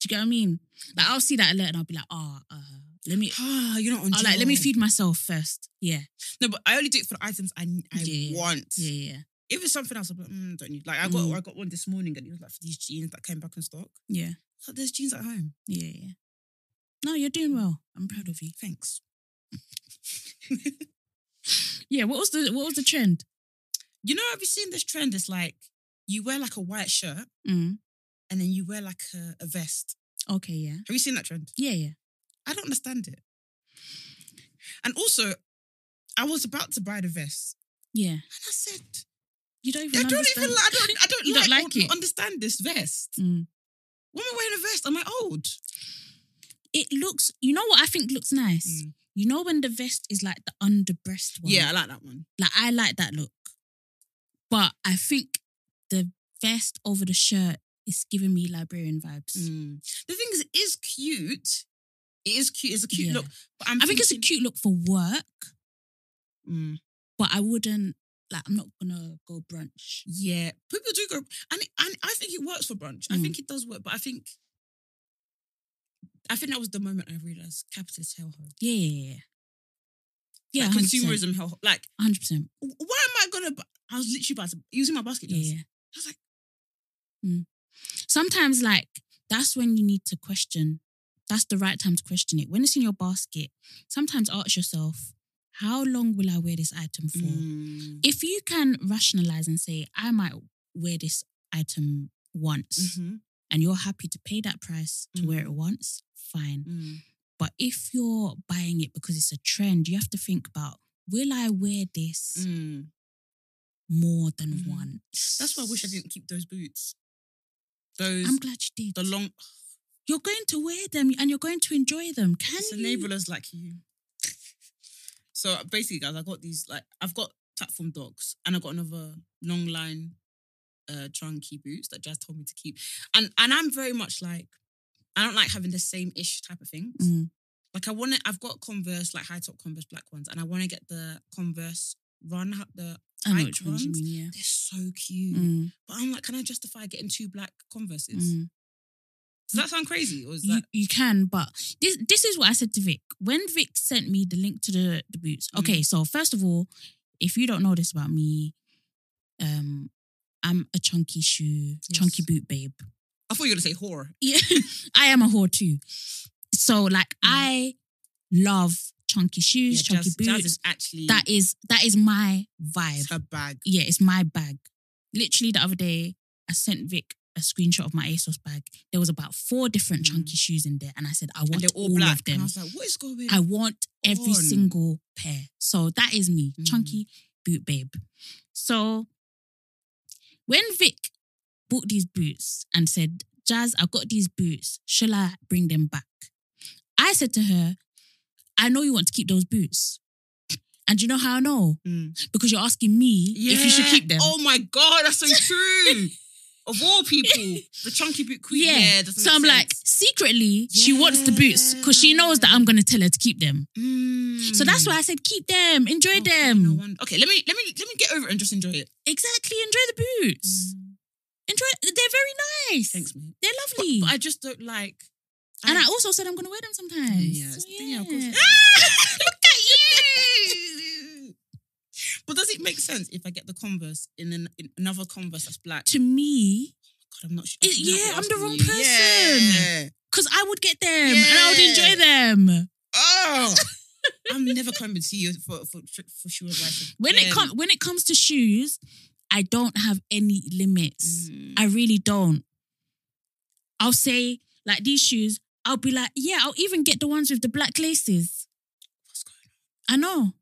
B: Do you get what I mean? Like I'll see that alert and I'll be like, oh, uh, let me
A: Ah, you're not on.
B: I'll like let me
A: job.
B: feed myself first. Yeah.
A: No, but I only do it for the items I I
B: Yeah.
A: want.
B: Yeah, yeah.
A: If it's something else, I'm like, mm, don't need. Like I got
B: Mm.
A: I got one this morning and it was like for these jeans that came back in stock.
B: Yeah.
A: Like, there's jeans at home.
B: Yeah, yeah. No, you're doing well. I'm proud of you.
A: Thanks.
B: Yeah, what was the what was the trend?
A: You know, have you seen this trend? It's like you wear like a white shirt
B: Mm.
A: and then you wear like a, a vest.
B: Okay, yeah.
A: Have you seen that trend?
B: Yeah, yeah.
A: I don't understand it. And also, I was about to buy the vest,
B: Yeah.
A: and I said,
B: You don't even
A: "I don't
B: understand.
A: even, I don't, I don't,
B: You
A: like,
B: don't
A: or
B: like it.
A: understand this vest.
B: Mm.
A: Why am I wearing a vest? Am I old?
B: it looks you know what I think looks nice?
A: Mm.
B: You know when the vest is like the under breast one?
A: Yeah, I like that one.
B: Like I like that look. But I think the vest over
A: Mm.
B: the shirt is giving me librarian vibes.
A: The thing is, it is cute, It is cute. It's a cute
B: Yeah.
A: look. But I'm
B: I think it's a
A: thinking-
B: cute look for work,
A: Mm.
B: but I wouldn't like. I'm not gonna go brunch.
A: Yeah, people do go, and and I think it works for brunch. I
B: Mm.
A: think it does work, but I think, I think that was the moment I realized capitalist hellhole.
B: Yeah, yeah, yeah. Yeah,
A: like,
B: 100%,
A: consumerism hellhole. Like,
B: 100%.
A: wh- why am I gonna? bu- I was literally about to using my basket.
B: Yeah.
A: Yeah,
B: I
A: was like-
B: sometimes like that's when you need to question. That's the right time to question it. When it's in your basket, sometimes ask yourself, how long will I wear this item for?
A: Mm.
B: If you can rationalize and say, I might wear this item once,
A: Mm-hmm.
B: and you're happy to pay that price to wear it once, fine.
A: Mm,
B: But if you're buying it because it's a trend, you have to think about will I wear this
A: Mm.
B: more than
A: Mhm.
B: once?
A: That's why I wish I didn't keep those boots. Those
B: I'm glad you did.
A: the long
B: You're going to wear them and you're going to enjoy them. Can
A: it's
B: you?
A: enablers like you. So basically, guys, I got these like I've got platform dogs and I got another long line uh chunky boots that Jazz told me to keep. And and I'm very much like I don't like having the same ish type of things.
B: Mm.
A: Like I want to I've got Converse, like high top Converse black ones, and I want to get the Converse run out the
B: I know
A: Ike
B: which ones you
A: ones.
B: mean,
A: They're so cute.
B: yeah. Mm,
A: But I'm like, can I justify getting two black Converses?
B: mm.
A: Does that sound crazy? Or is
B: You,
A: that
B: you can, but this this is what I said to Vic. When Vic sent me the link to the, the boots,
A: Mm.
B: okay, so first of all, if you don't know this about me, um, I'm a chunky shoe, chunky
A: Yes.
B: boot babe.
A: I thought you were gonna say horror.
B: Yeah, I am a whore too. So like
A: Mm.
B: I love chunky shoes, chunky
A: Jazz,
B: boots.
A: Jazz is actually
B: that is that is my vibe.
A: her bag.
B: yeah, it's my bag. Literally the other day, I sent Vic a screenshot of my ASOS bag. There was about four different
A: Mm.
B: chunky shoes in there, and I said I
A: and
B: want
A: they're
B: all,
A: all, black.
B: of them.
A: And I
B: I,
A: was like, what is going on?
B: want every
A: on.
B: single pair. So that is me,
A: Mm.
B: chunky boot babe. So when Vic bought these boots and said, "Jazz, I got these boots. Shall I bring them back?" I said to her, "I know you want to keep those boots." And you know how I know? Because you're asking me if you should keep them.
A: Mm. Oh my god, that's so true. of all people, the chunky boot queen. Yeah, doesn't
B: so
A: make
B: I'm like,
A: sense.
B: secretly, she wants the boots because she knows that I'm gonna tell her to keep them. So that's why I said, keep them, enjoy
A: Mm. Oh, Okay,
B: them.
A: no wonder. Okay, let me let me let me get over it and just enjoy it.
B: exactly, enjoy the boots. Enjoy. They're very nice.
A: Mm. Thanks, mate.
B: They're
A: But,
B: lovely.
A: but I just don't like.
B: and I also said I'm gonna wear them sometimes.
A: yeah,
B: So
A: it's- yeah, of course.
B: yeah.
A: But does it make sense if I get the Converse in, an, in another Converse that's black?
B: To me,
A: God, I'm not sure.
B: It- yeah, I'm the wrong person.
A: Yeah.
B: because I would get them and I would enjoy them.
A: Oh, I'm never coming to you for for for shoe advice.
B: When it
A: again.
B: com- when it comes to shoes, I don't have any limits.
A: Mm.
B: I really don't. I'll say, like these shoes, I'll be like, yeah, I'll even get the ones with the black laces.
A: What's going
B: I know.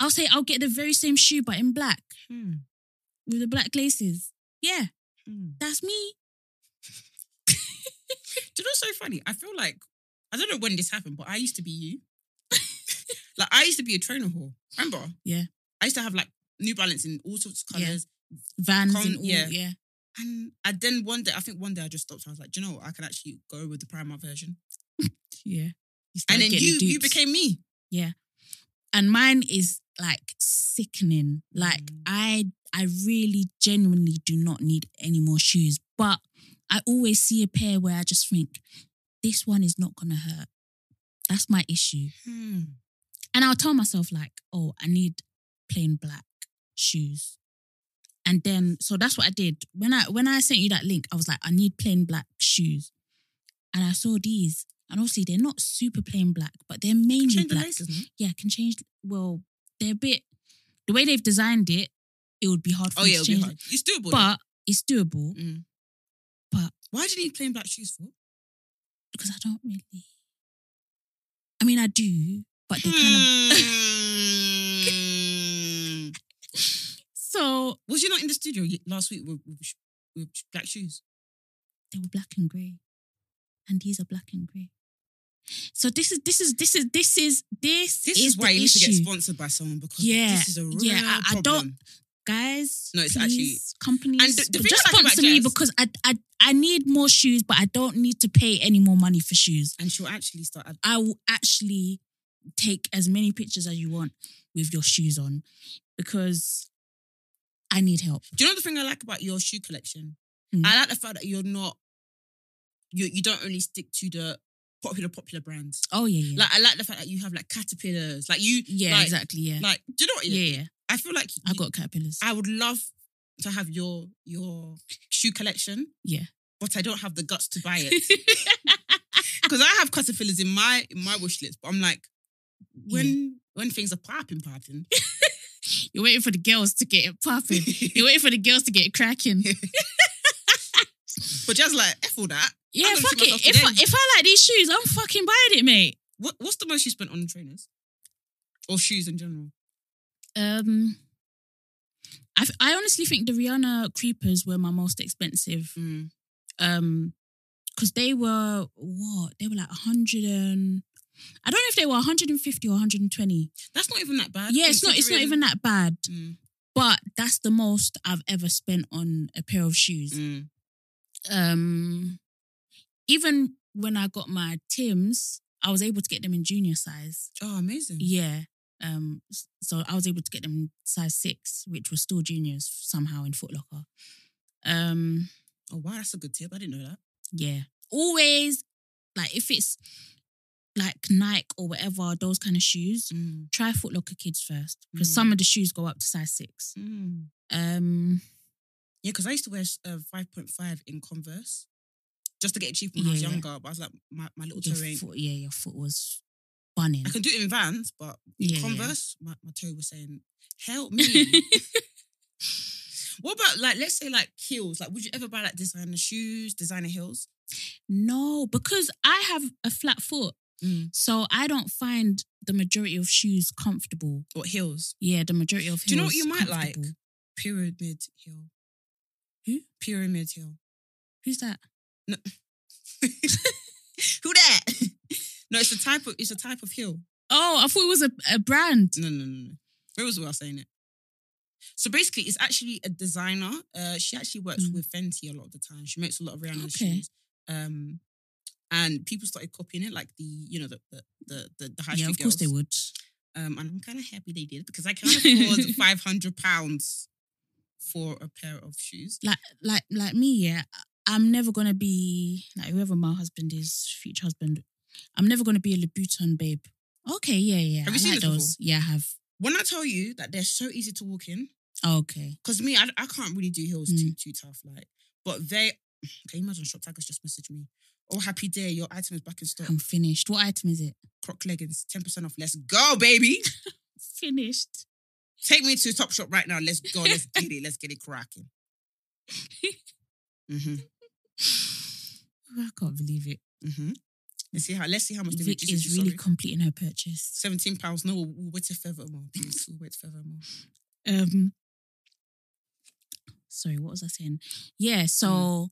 B: I'll say, I'll get the very same shoe, but in black
A: on?
B: with the black laces. Yeah,
A: Hmm.
B: that's me.
A: Do you know what's so funny? I feel like I don't know when this happened, but I used to be you. like I used to be a trainer whore. Remember?
B: Yeah.
A: I used to have like New Balance in all sorts of colors,
B: Vans
A: Con-
B: and all. Yeah.
A: yeah. and I then one day I think one day I just stopped. I was like, do you know what? I can actually go with the Primark version,
B: Yeah.
A: and
B: started
A: then
B: getting
A: you
B: the
A: you
B: dupes.
A: became me.
B: and mine is like sickening. Like
A: Mm.
B: I I really genuinely do not need any more shoes, but I always see a pair where I just think this one is not gonna hurt. That's my issue.
A: Hmm.
B: And I'll tell myself like, "Oh, I need plain black shoes." And then so that's what I did. When I when I sent you that link, I was like, "I need plain black shoes." And I saw these. And obviously they're not super plain black, but they're mainly
A: Change the
B: black
A: laces, no?
B: yeah, can change. Well, they're a bit the way they've designed it. It would be hard for
A: Oh
B: me
A: yeah,
B: to
A: it'll be
B: change,
A: hard. It's doable.
B: but it's doable
A: Mm.
B: But-
A: why do you need plain black shoes for?
B: because I don't really. I mean, I do, but they kind of.
A: Hmm.
B: So
A: Was you not in the studio ye- last week with, with, sh- with sh- black shoes?
B: they were black and grey, and these are black and grey. So this is this is this is this is this,
A: This
B: is,
A: is, why
B: the
A: you need to
B: issue.
A: get sponsored by someone because
B: Yeah,
A: this is a real
B: yeah, I- I don't-
A: problem.
B: guys.
A: No, it's
B: please,
A: actually-
B: companies.
A: And the- the thing I
B: just
A: like about
B: sponsor me
A: Jess-
B: because I, I I need more shoes, but I don't need to pay any more money for shoes.
A: And she'll actually start. ad-
B: I will actually take as many pictures as you want with your shoes on because I need help.
A: Do you know the thing I like about your shoe collection?
B: Mm.
A: I like the fact that you're not. You you don't only stick to the popular popular brands.
B: Oh yeah, yeah,
A: Like I like the fact that you have like caterpillars. Like you.
B: yeah,
A: like,
B: exactly, yeah,
A: Like do you know what?
B: yeah, yeah.
A: I feel like
B: I got caterpillars.
A: I would love to have your your shoe collection.
B: Yeah.
A: But I don't have the guts to buy it because I have caterpillars in my in my wish list. But I'm like, when when things are popping, popping,
B: You're waiting for the girls to get it popping. You're waiting for the girls to get it cracking.
A: but just like f all that.
B: Yeah,
A: gonna
B: fuck
A: treat myself
B: it. If I,
A: today.
B: if I like these shoes, I'm fucking buying it, mate.
A: What what's the most you spent on trainers or shoes in general?
B: Um, I th- I honestly think the Rihanna creepers were my most expensive. Um, because they were what they were like hundred and I don't know if they were 150 or 120.
A: That's not even that bad.
B: Yeah, it's not it's not even
A: considering-
B: that bad.
A: Mm,
B: But that's the most I've ever spent on a pair of shoes.
A: mm.
B: um even when I got my Tim's, I was able to get them in junior size.
A: Oh, amazing.
B: Yeah. Um s- so I was able to get them size six, which was still juniors somehow in Foot Locker. Um,
A: Oh wow, that's a good tip. I didn't know that.
B: yeah. Always like if it's like Nike or whatever, those kind of shoes,
A: Mm.
B: try Foot Locker kids first. Because
A: Mm.
B: some of the shoes go up to size six.
A: Mm.
B: Um
A: Yeah, because I used to wear uh, 5.5 in Converse just to get it cheap when I was
B: Yeah.
A: younger. But I was like, my, my little
B: your
A: toe ain't.
B: foot, yeah, your foot was bunning.
A: I can do it in Vans, but in
B: Yeah, yeah.
A: Converse, My, my toe was saying, help me. what about, like, let's say, like, heels? Like, would you ever buy, like, designer shoes, designer heels?
B: No, because I have a flat foot.
A: Mm.
B: So I don't find the majority of shoes comfortable.
A: Or heels?
B: Yeah, the majority of
A: Do you know what you
B: heels
A: might like?
B: comfortable.
A: Pyramid heel.
B: Who?
A: Pyramid heel.
B: Who's that?
A: Who that? no, it's a type of, it's a type of heel.
B: Oh, I thought it was a, a brand.
A: No, no, no, no. Where was I saying it? So basically, it's actually a designer. Uh, she actually works
B: Mm.
A: with Fenty a lot of the time. She makes a lot of Rihanna
B: Okay.
A: shoes. Um, and people started copying it, like the you know the the the, the, the high
B: yeah,
A: street
B: of
A: girls.
B: course they would.
A: Um, and I'm kind of happy they did because I can't afford five hundred pounds for a pair of shoes.
B: Like like like me, yeah. I- I'm never gonna be like whoever my husband is, future husband, I'm never gonna be a Louboutin babe. Okay, yeah, yeah.
A: Have
B: I
A: you seen
B: like
A: this
B: those. Yeah, I have. Oh,
A: When I tell you that they're so easy to walk in,
B: Okay.
A: because me, I, I can't really do heels
B: Mm.
A: too too tough. Like, but they can you imagine? Shop Tigers just messaged me. Oh, happy day! Your item is back in stock.
B: I'm finished. What item is it?
A: croc leggings, 10% off. Let's go, baby.
B: Finished.
A: Take me to Top Shop right now. Let's go. Let's get it. Let's get it cracking. hmm
B: I can't believe it.
A: hmm Let's see how let's see how much the
B: Vic
A: reduce is.
B: is really completing her purchase.
A: Seventeen pounds. No, we'll, we'll wait a further more. Please, we'll wait further more.
B: Um, sorry, what was I saying? Yeah, so
A: Mm.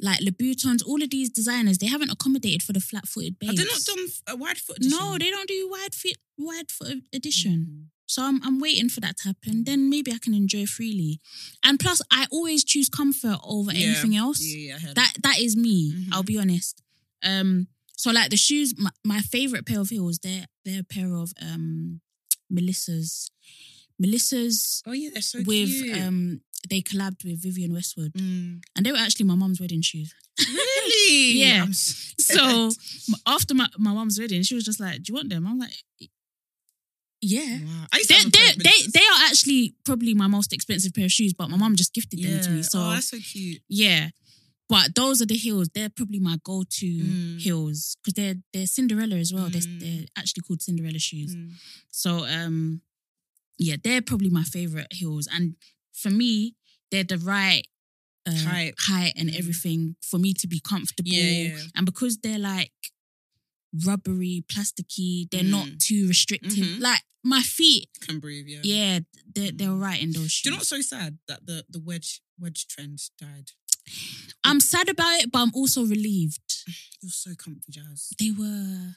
B: like Louboutins, all of these designers, they haven't accommodated for the flat-footed babes.
A: Have they not done a wide foot? Edition? Mm. Mm-hmm.
B: No, they don't do wide fit, wide foot edition. So I'm I'm waiting for that to happen. Then maybe I can enjoy freely. And plus, I always choose comfort over
A: Yeah.
B: anything else.
A: Yeah, yeah, I heard
B: That that is me.
A: Mhm.
B: I'll be honest. Um, so like the shoes, my, my favorite pair of heels, they're they're a pair of um Melissa's. Melissa's
A: Oh yeah, they're so
B: with
A: cute.
B: um they collabed with Vivian Westwood
A: Mm.
B: and they were actually my mum's wedding shoes.
A: Really?
B: Yeah.
A: I'm so-
B: So m- after my my mum's wedding, she was just like, "Do you want them?" I'm like, "Yeah."
A: Wow. I used to
B: They
A: have a pair
B: they
A: of
B: they
A: Melissa's.
B: they are actually probably my most expensive pair of shoes, but my mum just gifted them to me.
A: Yeah.
B: So
A: oh, that's so cute.
B: yeah, but those are the heels. They're probably my go to
A: Mm.
B: heels because they're they're Cinderella as well.
A: Mm.
B: They're they're actually called Cinderella shoes.
A: Mm.
B: So um yeah, they're probably my favorite heels. And for me, they're the right uh,
A: Height.
B: height and
A: Mm.
B: everything for me to be comfortable.
A: Yeah, yeah.
B: And because they're like rubbery, plasticky, they're
A: Mm.
B: not too restrictive.
A: Mhm.
B: Like my feet,
A: Can breathe. Yeah.
B: yeah, they're they're
A: Mm.
B: right in those shoes.
A: Do you know what's so sad that the the wedge wedge trend died?
B: I'm sad about it, but I'm also relieved.
A: You're so comfy, Jazz.
B: They were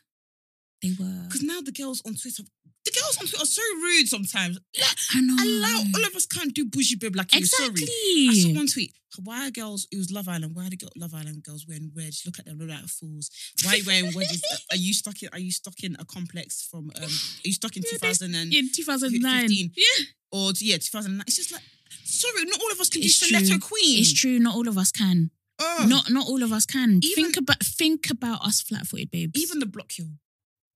B: They were.
A: Because now the girls on Twitter, the girls on Twitter are so rude sometimes. Like,
B: I know.
A: allow all of us can't do bougie bib like
B: Exactly.
A: you. Sorry. I saw one tweet. Why are girls? It was Love Island. Why are the girl, Love Island girls wearing wedge? Look at them, look like fools. Why are you wearing wedges? are you stuck in? Are you stuck in a complex from? Um, are you stuck in
B: Yeah,
A: two
B: they-
A: thousand and
B: in 2009.
A: 15.
B: Yeah.
A: or yeah two thousand nine? It's just like sorry, not all of us can
B: It's
A: be
B: true.
A: stiletto queen.
B: It's true. Not all of us can.
A: Oh,
B: Not not all of us can.
A: Even-
B: think about think about us flat footed babes.
A: even the block hill.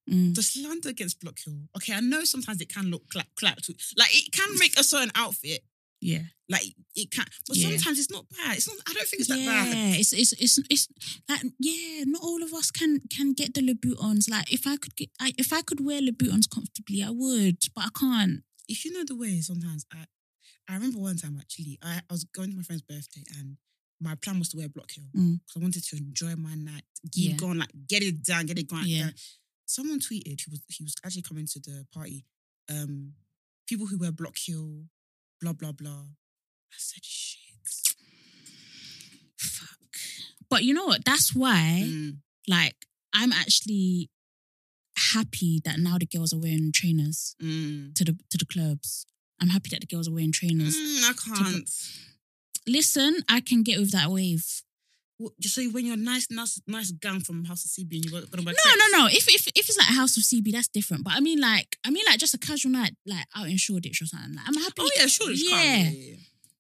B: Mm.
A: the slander against Block Hill. Okay, I know sometimes it can look clap clap to like it can make a certain outfit
B: yeah.
A: like it can, but
B: Yeah.
A: sometimes it's not bad. It's not. I don't think it's that
B: yeah,
A: bad.
B: it's it's it's it's like yeah, not all of us can can get the Louboutins. Like if I could get, I, if I could wear Louboutins comfortably, I would, but I can't.
A: If you know the way, sometimes I I remember one time actually I, I was going to my friend's birthday and. My plan was to wear Block Hill because
B: Mm.
A: I wanted to enjoy my night. Keep
B: Yeah.
A: going, like get it down, get it going. like,
B: Yeah.
A: down. Someone tweeted he was he was actually coming to the party. Um, people who wear Block Hill, blah blah blah. I said shit.
B: Fuck. But you know what? That's why,
A: Mm.
B: like, I'm actually happy that now the girls are wearing trainers
A: Mm.
B: to the to the clubs. I'm happy that the girls are wearing trainers.
A: Mm, I can't.
B: Listen, I can get with that wave.
A: What, so when you're nice, nice, nice gang from House of CB, and you're gonna wear
B: No, no, no. If if if it's like a house of CB, that's different. But I mean, like, I mean, like, just a casual night, like out in Shoreditch or something. Like, I'm happy.
A: Oh yeah, sure. it's calm.
B: Yeah.
A: yeah.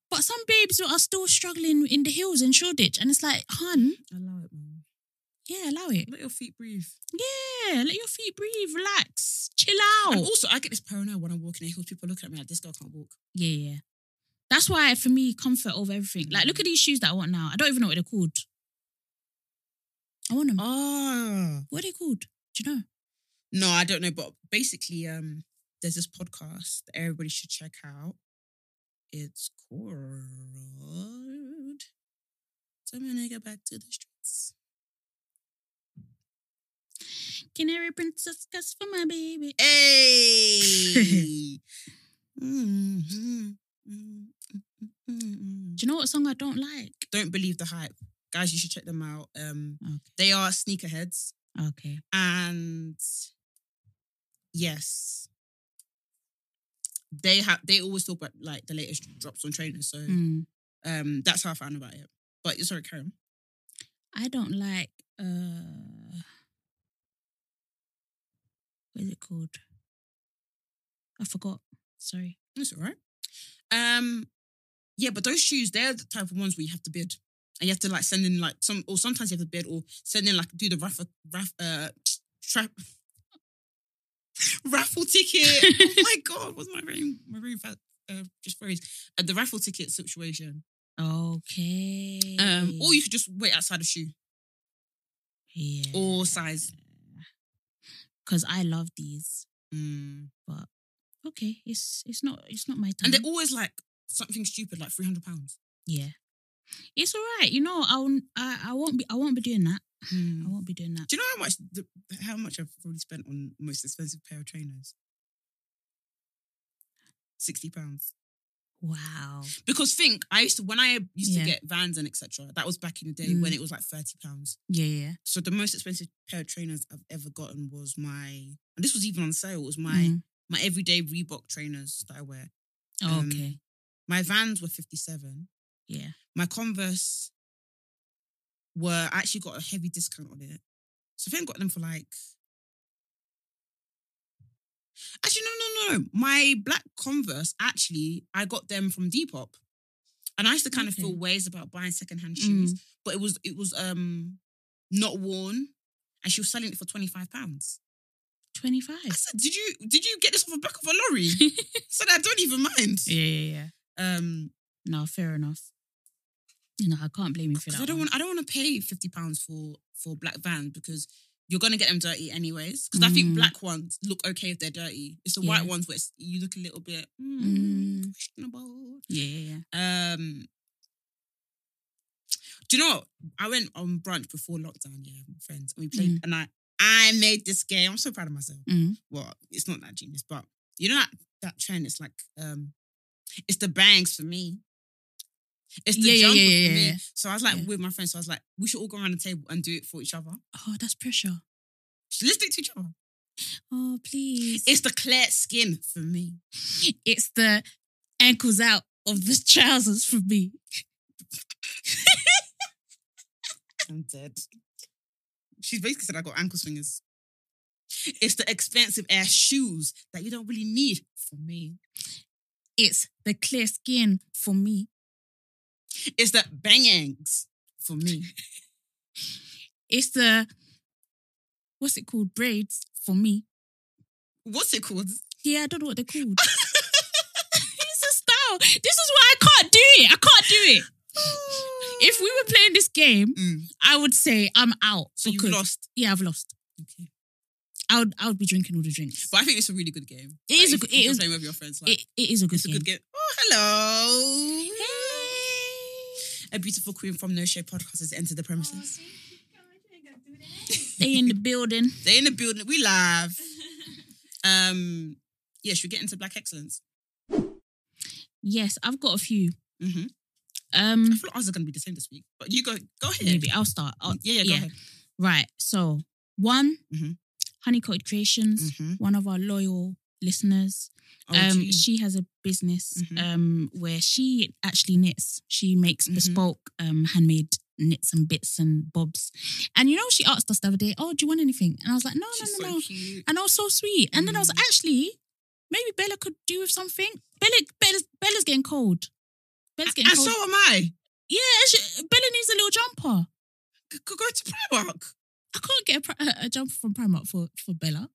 B: But some babes are still struggling in the hills in Shoreditch, and it's like, hun,
A: Allow it, man.
B: yeah, allow it.
A: Let your feet breathe.
B: Yeah, let your feet breathe, relax, chill out.
A: And also, I get this paranoia when I'm walking in hills. People looking at me like this girl can't walk.
B: yeah, yeah. That's why for me, comfort over everything. Like, look at these shoes that I want now. I don't even know what they're called. I want
A: Oh.
B: them.
A: Ah.
B: Mm. What are they called? Do you know?
A: No, I don't know, but basically, um, there's this podcast that everybody should check out. It's called Tell Me a Nigga Back to the Streets.
B: Canary princess cuss for my baby.
A: Eh. Hey. Mhm. Mhm. Mhm.
B: Do you know what song I don't like?
A: Don't believe the hype. Guys, you should check them out. Um,
B: Okay.
A: they are sneakerheads.
B: Okay.
A: And yes. They have they always talk about like the latest drops on trainers. So
B: Mm.
A: um that's how I found about it. But you're sorry, Karen.
B: I don't like uh what is it called? I forgot. Sorry.
A: It's all right. Um yeah, but those shoes, they're the type of ones where you have to bid. And you have to like send in like some or sometimes you have to bid or send in like do the raffle raff, uh trap raffle ticket. oh my god, what's my very my very fa- uh, just phrase. Uh, the raffle ticket situation.
B: Okay.
A: Um or Um,
B: Mm.
A: you could just wait outside the shoe
B: yeah.
A: or size.
B: because I love these,
A: Mm.
B: but okay, it's it's not it's not my time.
A: And they're always like something stupid, like three hundred pounds.
B: yeah, it's all right. You know, I'll I, I won't be I won't be doing that. I
A: Do
B: won't be doing that.
A: you know how much the, how much I've probably spent on most expensive pair of trainers? Sixty pounds.
B: Wow.
A: Because think I used to when I used
B: Yeah.
A: to get Vans and etc. That was back in the day
B: Mm.
A: when it was like thirty pounds.
B: Yeah, yeah.
A: So the most expensive pair of trainers I've ever gotten was my, and this was even on sale. It was my
B: Mm.
A: my everyday Reebok trainers that I wear.
B: Oh,
A: um,
B: okay.
A: My Vans were fifty seven.
B: Yeah.
A: my Converse were I actually got a heavy discount on it. So I think I got them for like. Actually, no, no, no. My black Converse, actually, I got them from Depop. And I used to kind
B: Okay.
A: of feel ways about buying secondhand shoes,
B: Mm.
A: but it was it was um not worn. And she was selling it for £25.
B: Twenty five.
A: I said, Did you did you get this off the back of a lorry? I said, I don't even mind.
B: Yeah, yeah, yeah.
A: Um
B: No, fair enough. No, I can't blame you for that.
A: Because I don't
B: one.
A: want I don't want to pay fifty pounds for for black vans because you're gonna get them dirty anyways. Because I
B: Mm.
A: think black ones look okay if they're dirty. It's the
B: Yeah.
A: white ones where it's, you look a little bit mm,
B: Mm.
A: questionable.
B: Yeah, yeah, yeah.
A: Um, do you know what? I went on brunch before lockdown. Yeah, with my friends, and we played.
B: Mm.
A: And I I made this game. I'm so proud of myself.
B: Mm.
A: Well, it's not that genius, but you know that that trend. It's like um, it's the bangs for me. It's the
B: Yeah, yeah,
A: jumper
B: yeah, yeah,
A: for me.
B: yeah.
A: So I was like
B: Yeah.
A: with my friends. So I was like, we should all go around the table and do it for each other.
B: Oh, that's pressure.
A: So let's do it to each other.
B: Oh, please.
A: It's the clear skin for me.
B: It's the ankles out of the trousers for me.
A: I'm dead. She's basically said I got ankle swingers. It's the expensive air shoes that you don't really need for me.
B: It's the clear skin for me.
A: It's the bangs for me.
B: It's the what's it called? Braids for me.
A: What's it called?
B: Yeah, I don't know what they're called. it's a style. This is why I can't do it. I can't do it. If we were playing this game,
A: Mm.
B: I would say I'm out.
A: So you've
B: because-
A: lost.
B: Yeah, I've lost.
A: Okay.
B: I would I would be drinking all the drinks.
A: But I think it's a really good game.
B: It is a
A: if-
B: good-
A: if
B: it
A: you're
B: is-
A: playing with your friends. Like,
B: It, it is a good
A: it's a
B: game.
A: good game. Oh, hello. A beautiful queen from No Show Podcast has entered the premises.
B: Oh, They in the building.
A: They're in the building. We live. Um, yeah, should we get into Black Excellence?
B: Yes, I've got a few.
A: Mm-hmm. I
B: Um
A: feel like ours are going to be the same this week. But you go, go ahead. Oh,
B: maybe I'll start. I'll-
A: yeah, yeah, go ahead.
B: Right. So one,
A: Mhm.
B: Honey Coated Creations,
A: Mm-hmm.
B: one of our loyal listeners.
A: OG.
B: Mm-hmm. Um, she has a business
A: Mhm.
B: um where she actually knits. She makes
A: Mhm.
B: bespoke um handmade knits and bits and bobs. And you know, she asked us the other day, "Oh, do you want anything?" And I was like, "No,
A: She's
B: no, no,
A: so
B: no."
A: cute.
B: And I was so sweet. And then I was
A: Mm.
B: like, actually, maybe Bella could do with something. Bella, Bella's, Bella's getting cold. Bella's getting
A: And
B: cold.
A: so am I.
B: yeah, she, Bella needs a little jumper.
A: G- Go go to Primark.
B: I can't get a, pri- a, a jumper from Primark for, for Bella.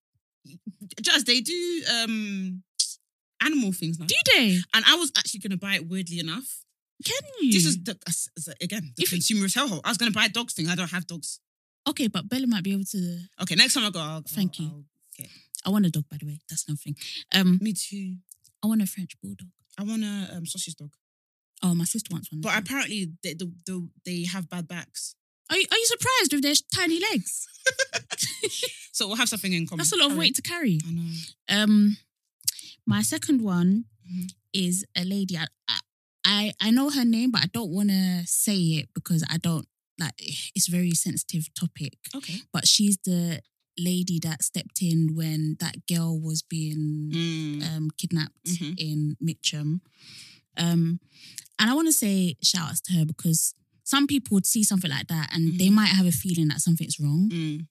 A: Just they do um animal things now.
B: Do they?
A: and I was actually going to buy it weirdly enough.
B: Can you?
A: This is the, as- as- again the
B: Hmm. If you-
A: consumerist hellhole. I was going to buy a dog thing. I don't have dogs.
B: okay, but Bella might be able to.
A: Okay, next time I go, I'll,
B: Thank
A: I'll-
B: you.
A: I'll-
B: I want a dog, by the way. That's nothing. Um,
A: me too.
B: I want a French bulldog.
A: I want a um, sausage dog,
B: Oh, my sister wants one.
A: but apparently they the, the, they have bad backs,
B: are you, are you surprised with their tiny legs?
A: so we'll have something in common.
B: That's a lot of weight to carry.
A: I know.
B: Um, my second one
A: Mhm.
B: is a lady. I, I- I I know her name, but I don't want to say it because I don't like. It's a very sensitive topic.
A: Okay.
B: But she's the lady that stepped in when that girl was being
A: Mm.
B: um, kidnapped
A: Mhm.
B: in Mitcham. Um, and I want to say shout outs to her because some people would see something like that and they might have a feeling that something's wrong
A: Mm.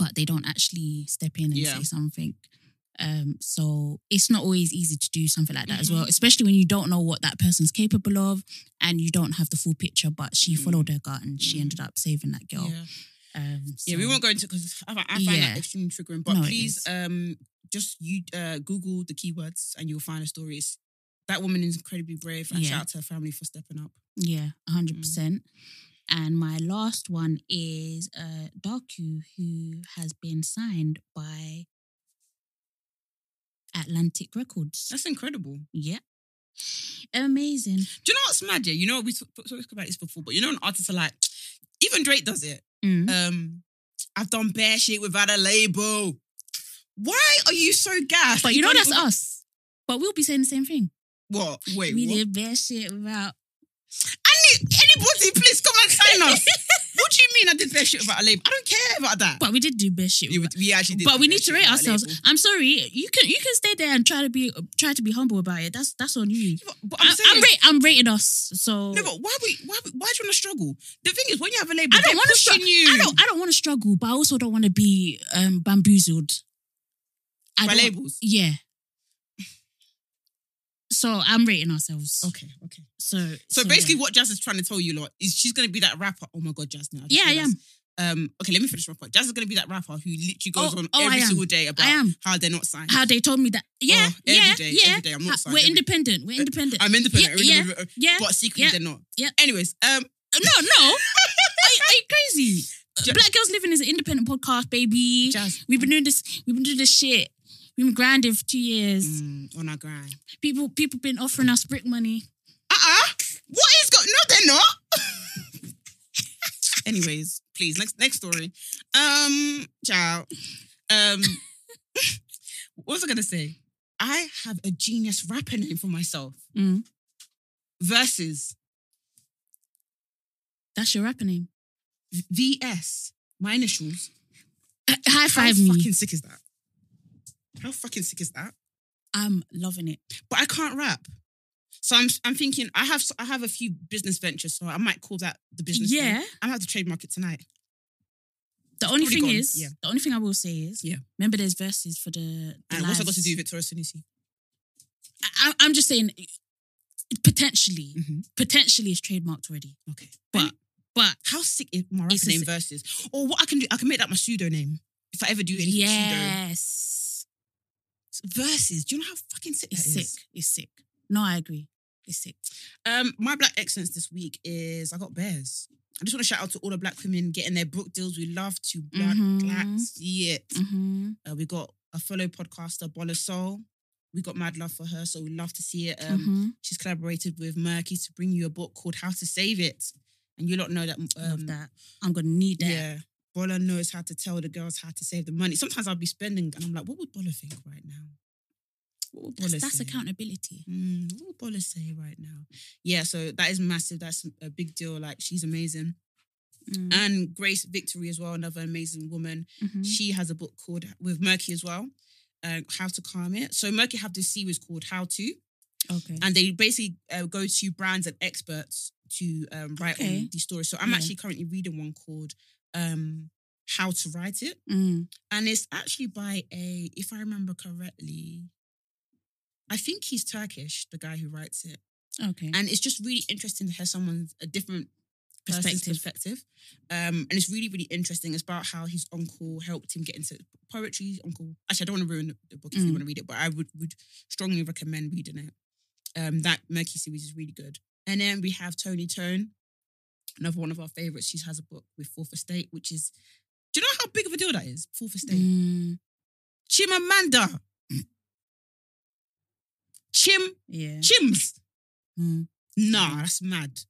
B: but they don't actually step in and
A: Yeah.
B: say something. Um, so it's not always easy to do something like that as
A: Mm-hmm.
B: well, especially when you don't know what that person's capable of and you don't have the full picture. But she followed her gut and she ended up saving that girl.
A: Mm-hmm. Yeah.
B: Um,
A: Yeah, we
B: so-
A: won't go into because I, I find
B: Yeah.
A: that extremely triggering. But
B: No, it
A: please,
B: is.
A: um, just you uh, Google the keywords and you'll find the stories. That woman is incredibly brave, and
B: Yeah.
A: shout out to her family for stepping up.
B: Yeah, hundred
A: Mm-hmm.
B: percent. And my last one is uh Doku, who has been signed by Atlantic Records.
A: That's incredible.
B: Yeah, amazing.
A: Do you know what's mad? Yeah, you know we talked talked about this before, but you know, an artist are like, even Drake does it.
B: Mm.
A: Um, I've done bare shit without a label. Why are you so gassed?
B: But you know
A: don't
B: that's
A: even-
B: us. But we'll be saying the same thing.
A: What? Wait,
B: we
A: what?
B: did bad shit without.
A: Any- anybody, please come and sign us. what do you mean I did bare shit without a label? I don't care about that.
B: But we did do bad shit.
A: You
B: without-
A: would- we actually did
B: but
A: do
B: we
A: bare
B: need to
A: shit
B: rate
A: without a
B: ourselves.
A: label.
B: I'm sorry. You can you can stay there and try to be try to be humble about it. That's that's on you.
A: But, but
B: I'm
A: I'm
B: I,
A: saying,
B: am rate, I'm rating us. So
A: no, but why we, why we, why do you want to struggle? The thing is, when you have a label,
B: I don't
A: want to
B: struggle.
A: You.
B: I don't I don't want to struggle, but I also don't want to be um, bamboozled. I
A: By
B: don't-
A: labels?
B: Yeah. So I'm rating ourselves.
A: Okay, okay.
B: So
A: So,
B: yeah.
A: basically, what Jazz is trying to tell you lot is she's going to be that rapper. Oh my god, Jazz! Now just
B: Yeah, I
A: realised. Um, okay, let me finish my point. Jazz is going to be that rapper who literally goes
B: Oh,
A: on
B: oh, I
A: every
B: am.
A: single day about
B: I am.
A: how they're not signed.
B: how they told me that. Yeah,
A: Oh, every
B: yeah,
A: day,
B: yeah.
A: every day. I'm not
B: Ha-
A: signed
B: We're
A: every-
B: independent. We're independent.
A: I'm independent.
B: Yeah,
A: Yeah,
B: yeah,
A: but secretly
B: yeah,
A: they're not.
B: yeah.
A: Anyways, um,
B: No, no. are, you- are you crazy?
A: Ju-
B: Black Girls Living is an independent podcast, baby.
A: Jazz.
B: We've been doing this. We've been doing this shit. We've been grinding for two years.
A: mm, on our grind.
B: People, people been offering us brick money.
A: Uh uh What is going? No, they're not. Anyways, please next next story. Um, ciao. Um, what was I gonna say? I have a genius rapper name for myself.
B: Mm.
A: Versus
B: That's your rapper name.
A: VS, my initials.
B: Uh, high
A: How Uh,
B: five me.
A: Fucking sick is that? How fucking sick is that?
B: I'm loving it.
A: But I can't rap. So I'm I'm thinking I have I have a few business ventures, so I might call that the business. thing.
B: Yeah.
A: I'm gonna have to trademark it tonight.
B: The only
A: Probably
B: thing
A: gone,
B: is,
A: yeah.
B: the only thing I will say is,
A: Yeah.
B: remember there's verses for the. the
A: And what's I got
B: lives.
A: to do with Victoria Sunisi?
B: I, I- I'm just saying, potentially,
A: Mhm.
B: potentially it's trademarked already.
A: Okay.
B: Mm-hmm. But
A: But but how sick is my rapper
B: It's a
A: name
B: s-
A: versus? Or what I can do, I can make that my pseudo name if I ever do anything pseudo.
B: yes,
A: Versus. Do you know how fucking sick
B: it's
A: that
B: sick.
A: is?
B: It's sick. No, I agree. It's sick.
A: Um, my black excellence this week is I got bears. I just want to shout out to all the black women getting their book deals. We love to black,
B: Mhm.
A: black see it.
B: Mm-hmm.
A: Uh, we got a fellow podcaster, Bola Soul. We got mad love for her, so we love to see it. Um,
B: Mhm.
A: She's collaborated with Murky to bring you a book called How to Save It, and you lot know that. Um,
B: Love that. I'm gonna need that.
A: Yeah, Bola knows how to tell the girls how to save the money. Sometimes I'll be spending, and I'm like, what would Bola think right now? What would Bola
B: That's, that's
A: say?
B: accountability.
A: Mm, what would Bola say right now? Yeah, so that is massive. That's a big deal. Like she's amazing,
B: Mm.
A: and Grace Victory as well, another amazing woman.
B: Mhm.
A: She has a book called with Murky as well, uh, How to Calm It. So Murky have this series called How to,
B: Okay.
A: and they basically uh, go to brands and experts to um, write
B: Okay.
A: on these stories. So I'm
B: Yeah.
A: actually currently reading one called um, How to Write It,
B: Mm.
A: and it's actually by a, if I remember correctly, I think he's Turkish, the guy who writes it,
B: Okay.
A: and it's just really interesting to hear someone's a different person's
B: Perspective.
A: perspective. Um, and it's really, really interesting. It's about how his uncle helped him get into poetry. His Uncle, actually, I don't want to ruin the, the book if
B: Mm.
A: you want to read it, but I would would strongly recommend reading it. Um, that Murky series is really good. And then we have Tony Tone, another one of our favorites. She has a book with Fourth Estate, which is, do you know how big of a deal that is? Fourth Estate.
B: Mm.
A: Chimamanda. Chim
B: Yeah.
A: Chims.
B: Mm.
A: Nah, that's mad.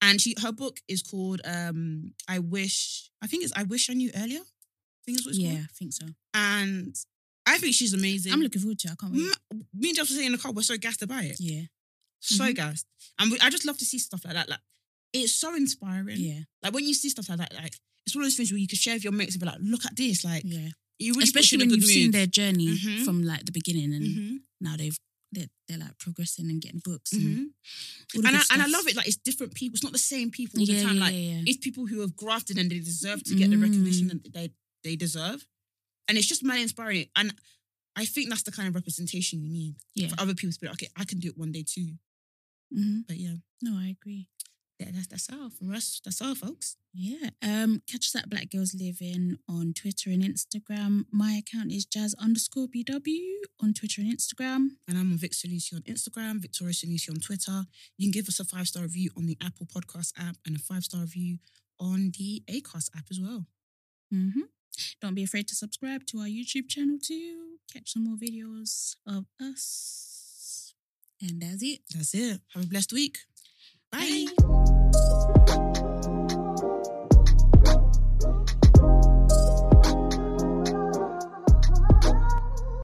A: And she her book is called um I Wish, I think it's I Wish I Knew Earlier. I think it's what it's
B: Yeah,
A: called.
B: I think so.
A: And I think she's amazing.
B: I'm looking forward to it. I can't wait.
A: Ma- me and Jeff were saying in the car, we're so gassed to buy it.
B: Yeah.
A: So
B: Mhm.
A: gassed. And we, I just love to see stuff like that. Like it's so inspiring.
B: Yeah.
A: Like when you see stuff like that, like it's one of those things where you can share with your mates and be like, look at this. Like
B: Yeah.
A: you really puts
B: Especially
A: you in
B: when
A: a
B: you've
A: good
B: seen
A: mood.
B: their journey
A: Mhm.
B: from like the beginning and
A: Mhm,
B: now they've they're, they're like progressing and getting books.
A: mhm.
B: And, all the
A: and I,
B: good
A: and I
B: stuff.
A: love it. Like it's different people. It's not the same people all
B: Yeah,
A: the time.
B: yeah,
A: like
B: yeah, yeah.
A: it's people who have grafted and they deserve to get the
B: Mm.
A: recognition that they they deserve. And it's just mad inspiring. And I think that's the kind of representation you need
B: Yeah.
A: for other people to be like, okay, I can do it one day too.
B: hmm
A: But yeah,
B: No, I agree.
A: that, that's that's all for us. That's all, folks.
B: Yeah. Um, catch us at Black Girls Living on Twitter and Instagram. My account is jazz underscore BW on Twitter and Instagram.
A: And I'm on Vic Sunisi on Instagram, Victoria Sunisi on Twitter. You can give us a five star review on the Apple Podcast app and a five star review on the Acast app as well.
B: hmm Don't be afraid to subscribe to our YouTube channel to catch some more videos of us. And that's it.
A: That's it. Have a blessed week. Bye.
B: Bye.